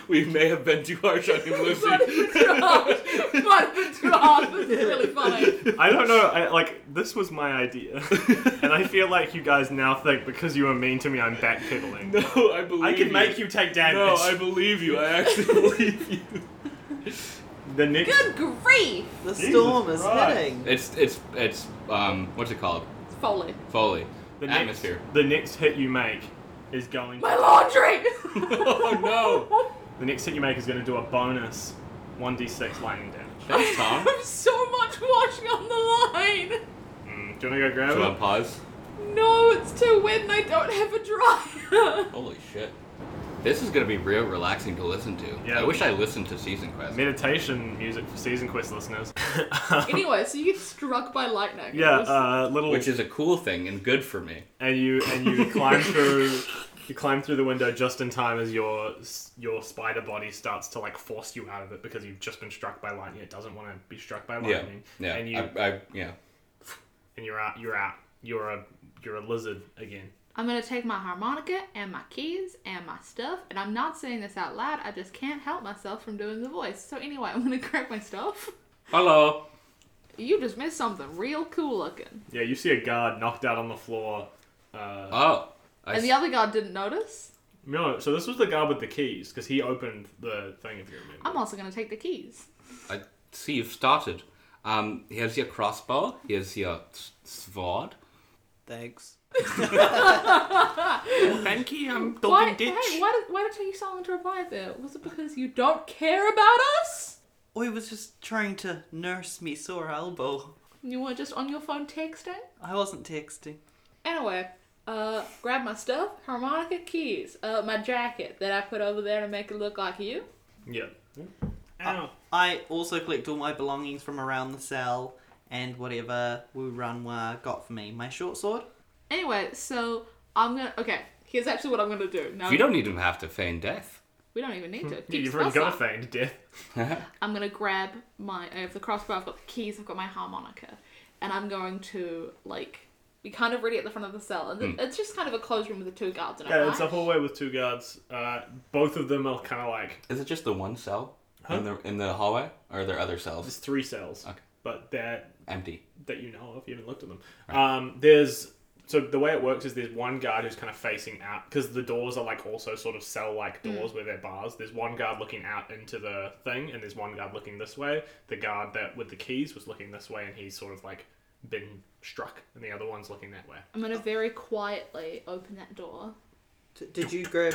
Speaker 3: we may have been too harsh on him, Lucy.
Speaker 6: But the draft, but the draft is really funny.
Speaker 5: I don't know. I, like this was my idea, and I feel like you guys now think because you were mean to me, I'm
Speaker 3: (laughs)
Speaker 5: backpedaling.
Speaker 3: no, I believe.
Speaker 5: I can
Speaker 3: you.
Speaker 5: make you take damage.
Speaker 3: No, I believe you. I actually (laughs) believe you.
Speaker 5: the next.
Speaker 6: Good grief!
Speaker 2: The
Speaker 5: Jesus
Speaker 2: storm is
Speaker 5: Christ.
Speaker 2: hitting.
Speaker 3: It's it's it's um what's it called?
Speaker 6: It's Foley.
Speaker 3: Foley.
Speaker 5: The
Speaker 3: Atmosphere.
Speaker 5: Next, the next hit you make is going.
Speaker 6: My laundry!
Speaker 3: (laughs)
Speaker 6: (laughs)
Speaker 3: Oh no!
Speaker 5: The next hit you make is going to do a bonus 1d6 lightning damage.
Speaker 3: That's (laughs) Tom.
Speaker 6: I have so much washing on the line!
Speaker 5: Mm, do you want to go grab
Speaker 3: Should I
Speaker 5: it?
Speaker 3: pause?
Speaker 6: No, it's too wet and I don't have a
Speaker 3: (laughs)
Speaker 6: dryer.
Speaker 3: Holy shit. This is gonna be real relaxing to listen to.
Speaker 5: Yeah.
Speaker 3: I wish I listened to Season Quest.
Speaker 5: Meditation music for season quest listeners.
Speaker 6: anyway, so you get struck by lightning.
Speaker 5: yeah,
Speaker 6: It was-
Speaker 5: uh, little
Speaker 3: Which is a cool thing and good for me.
Speaker 5: and you and you climb through you climb through the window just in time as your your spider body starts to like force you out of it because you've just been struck by lightning. It doesn't want to be struck by
Speaker 3: Yeah.
Speaker 5: lightning.
Speaker 3: Yeah.
Speaker 5: And you
Speaker 3: I, I, yeah.
Speaker 5: and you're out. You're out. You're a you're a lizard again.
Speaker 6: I'm gonna take my harmonica and my keys and my stuff, and I'm not saying this out loud, I just can't help myself from doing the voice. So, anyway, (laughs) I'm gonna grab my stuff.
Speaker 3: Hello.
Speaker 6: You just missed something real cool looking.
Speaker 5: Yeah, you see a guard knocked out on the floor. Uh,
Speaker 3: Oh. I
Speaker 6: And the
Speaker 3: s-
Speaker 6: other guard didn't notice.
Speaker 5: no, so this was the guard with the keys because he opened the thing. If you remember,
Speaker 6: I'm also gonna take the keys.
Speaker 3: I see you've started. Um, here's your crossbow. Here's your s- sword.
Speaker 2: Thanks.
Speaker 4: Thank you, I'm
Speaker 6: Why,
Speaker 4: Doggin Ditch.
Speaker 6: hey, why did, why did it take you so long to reply there? Was it because you don't care about us?
Speaker 2: Oh, he was just trying to nurse me sore elbow.
Speaker 6: You were just on your phone texting?
Speaker 2: I wasn't texting.
Speaker 6: Anyway, uh, grab my stuff, harmonica, keys, uh, my jacket that I put over there to make it look like you.
Speaker 5: yeah.
Speaker 2: I, I also collect all my belongings from around the cell and whatever Wu Ranwa got for me. My short sword.
Speaker 6: Anyway, so I'm gonna. Okay, here's actually what I'm gonna do. Now
Speaker 3: You don't even have to feign death.
Speaker 6: we don't even need to. Keep
Speaker 5: Yeah, Hmm, you've
Speaker 6: your
Speaker 5: already got a
Speaker 6: spells up.
Speaker 5: feigned death.
Speaker 6: I'm gonna grab my. I have the crossbow. I've got the keys. I've got my harmonica, and I'm going to like be kind of ready at the front of the cell. And th- it's just kind of a closed room with the two guards in it.
Speaker 5: Hmm. Yeah, it's a
Speaker 6: right?
Speaker 5: hallway with two guards. Uh, both of them are kind of like
Speaker 3: Is it just the one cell in the in the hallway, or are there other cells
Speaker 5: there's three cells,
Speaker 3: Okay.
Speaker 5: but they're
Speaker 3: empty?
Speaker 5: that you know of. You haven't looked at them. Um, there's so the way it works is there's one guard who's kind of facing out because the doors are like also sort of cell like doors where they're bars. There's one guard looking out into the thing, and there's one guard looking this way. The guard that with the keys was looking this way, and he's sort of like been struck, and the other one's looking that way.
Speaker 6: I'm gonna very quietly open that door.
Speaker 2: D- did you grab?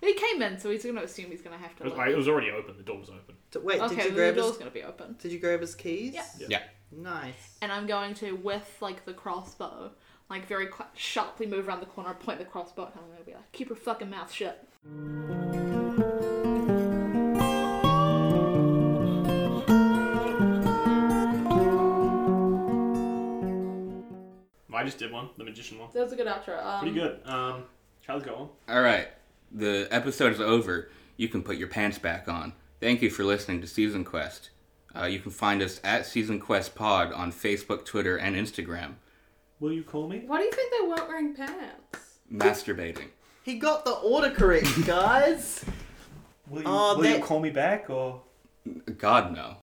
Speaker 6: He came in, so he's gonna assume he's gonna have to.
Speaker 5: It was,
Speaker 6: leave.
Speaker 5: like, it was already open. The door was open.
Speaker 2: D- wait,
Speaker 6: okay,
Speaker 2: did you
Speaker 6: then
Speaker 2: grab
Speaker 6: the
Speaker 2: his?
Speaker 6: door's gonna be open.
Speaker 2: Did you grab his keys?
Speaker 6: Yeah.
Speaker 5: Yeah.
Speaker 3: Yeah.
Speaker 2: Nice.
Speaker 6: and I'm going to with like the crossbow, like very qu- sharply move around the corner, point the crossbow, and I'm gonna be like, keep your fucking mouth shut.
Speaker 5: I just did one, the magician one.
Speaker 6: That was a good outro. Um,
Speaker 5: Pretty good. Um, Charles, go on.
Speaker 3: All right, the episode is over. You can put your pants back on. Thank you for listening to Season Quest. Uh, you can find us at Season Quest Pod on Facebook, Twitter, and Instagram.
Speaker 5: Will you call me?
Speaker 1: Why do you think they weren't wearing pants?
Speaker 3: Masturbating.
Speaker 2: He got the order correct, (laughs) guys.
Speaker 5: Will you,
Speaker 2: Oh, will you that-
Speaker 5: call me back or?
Speaker 3: God no.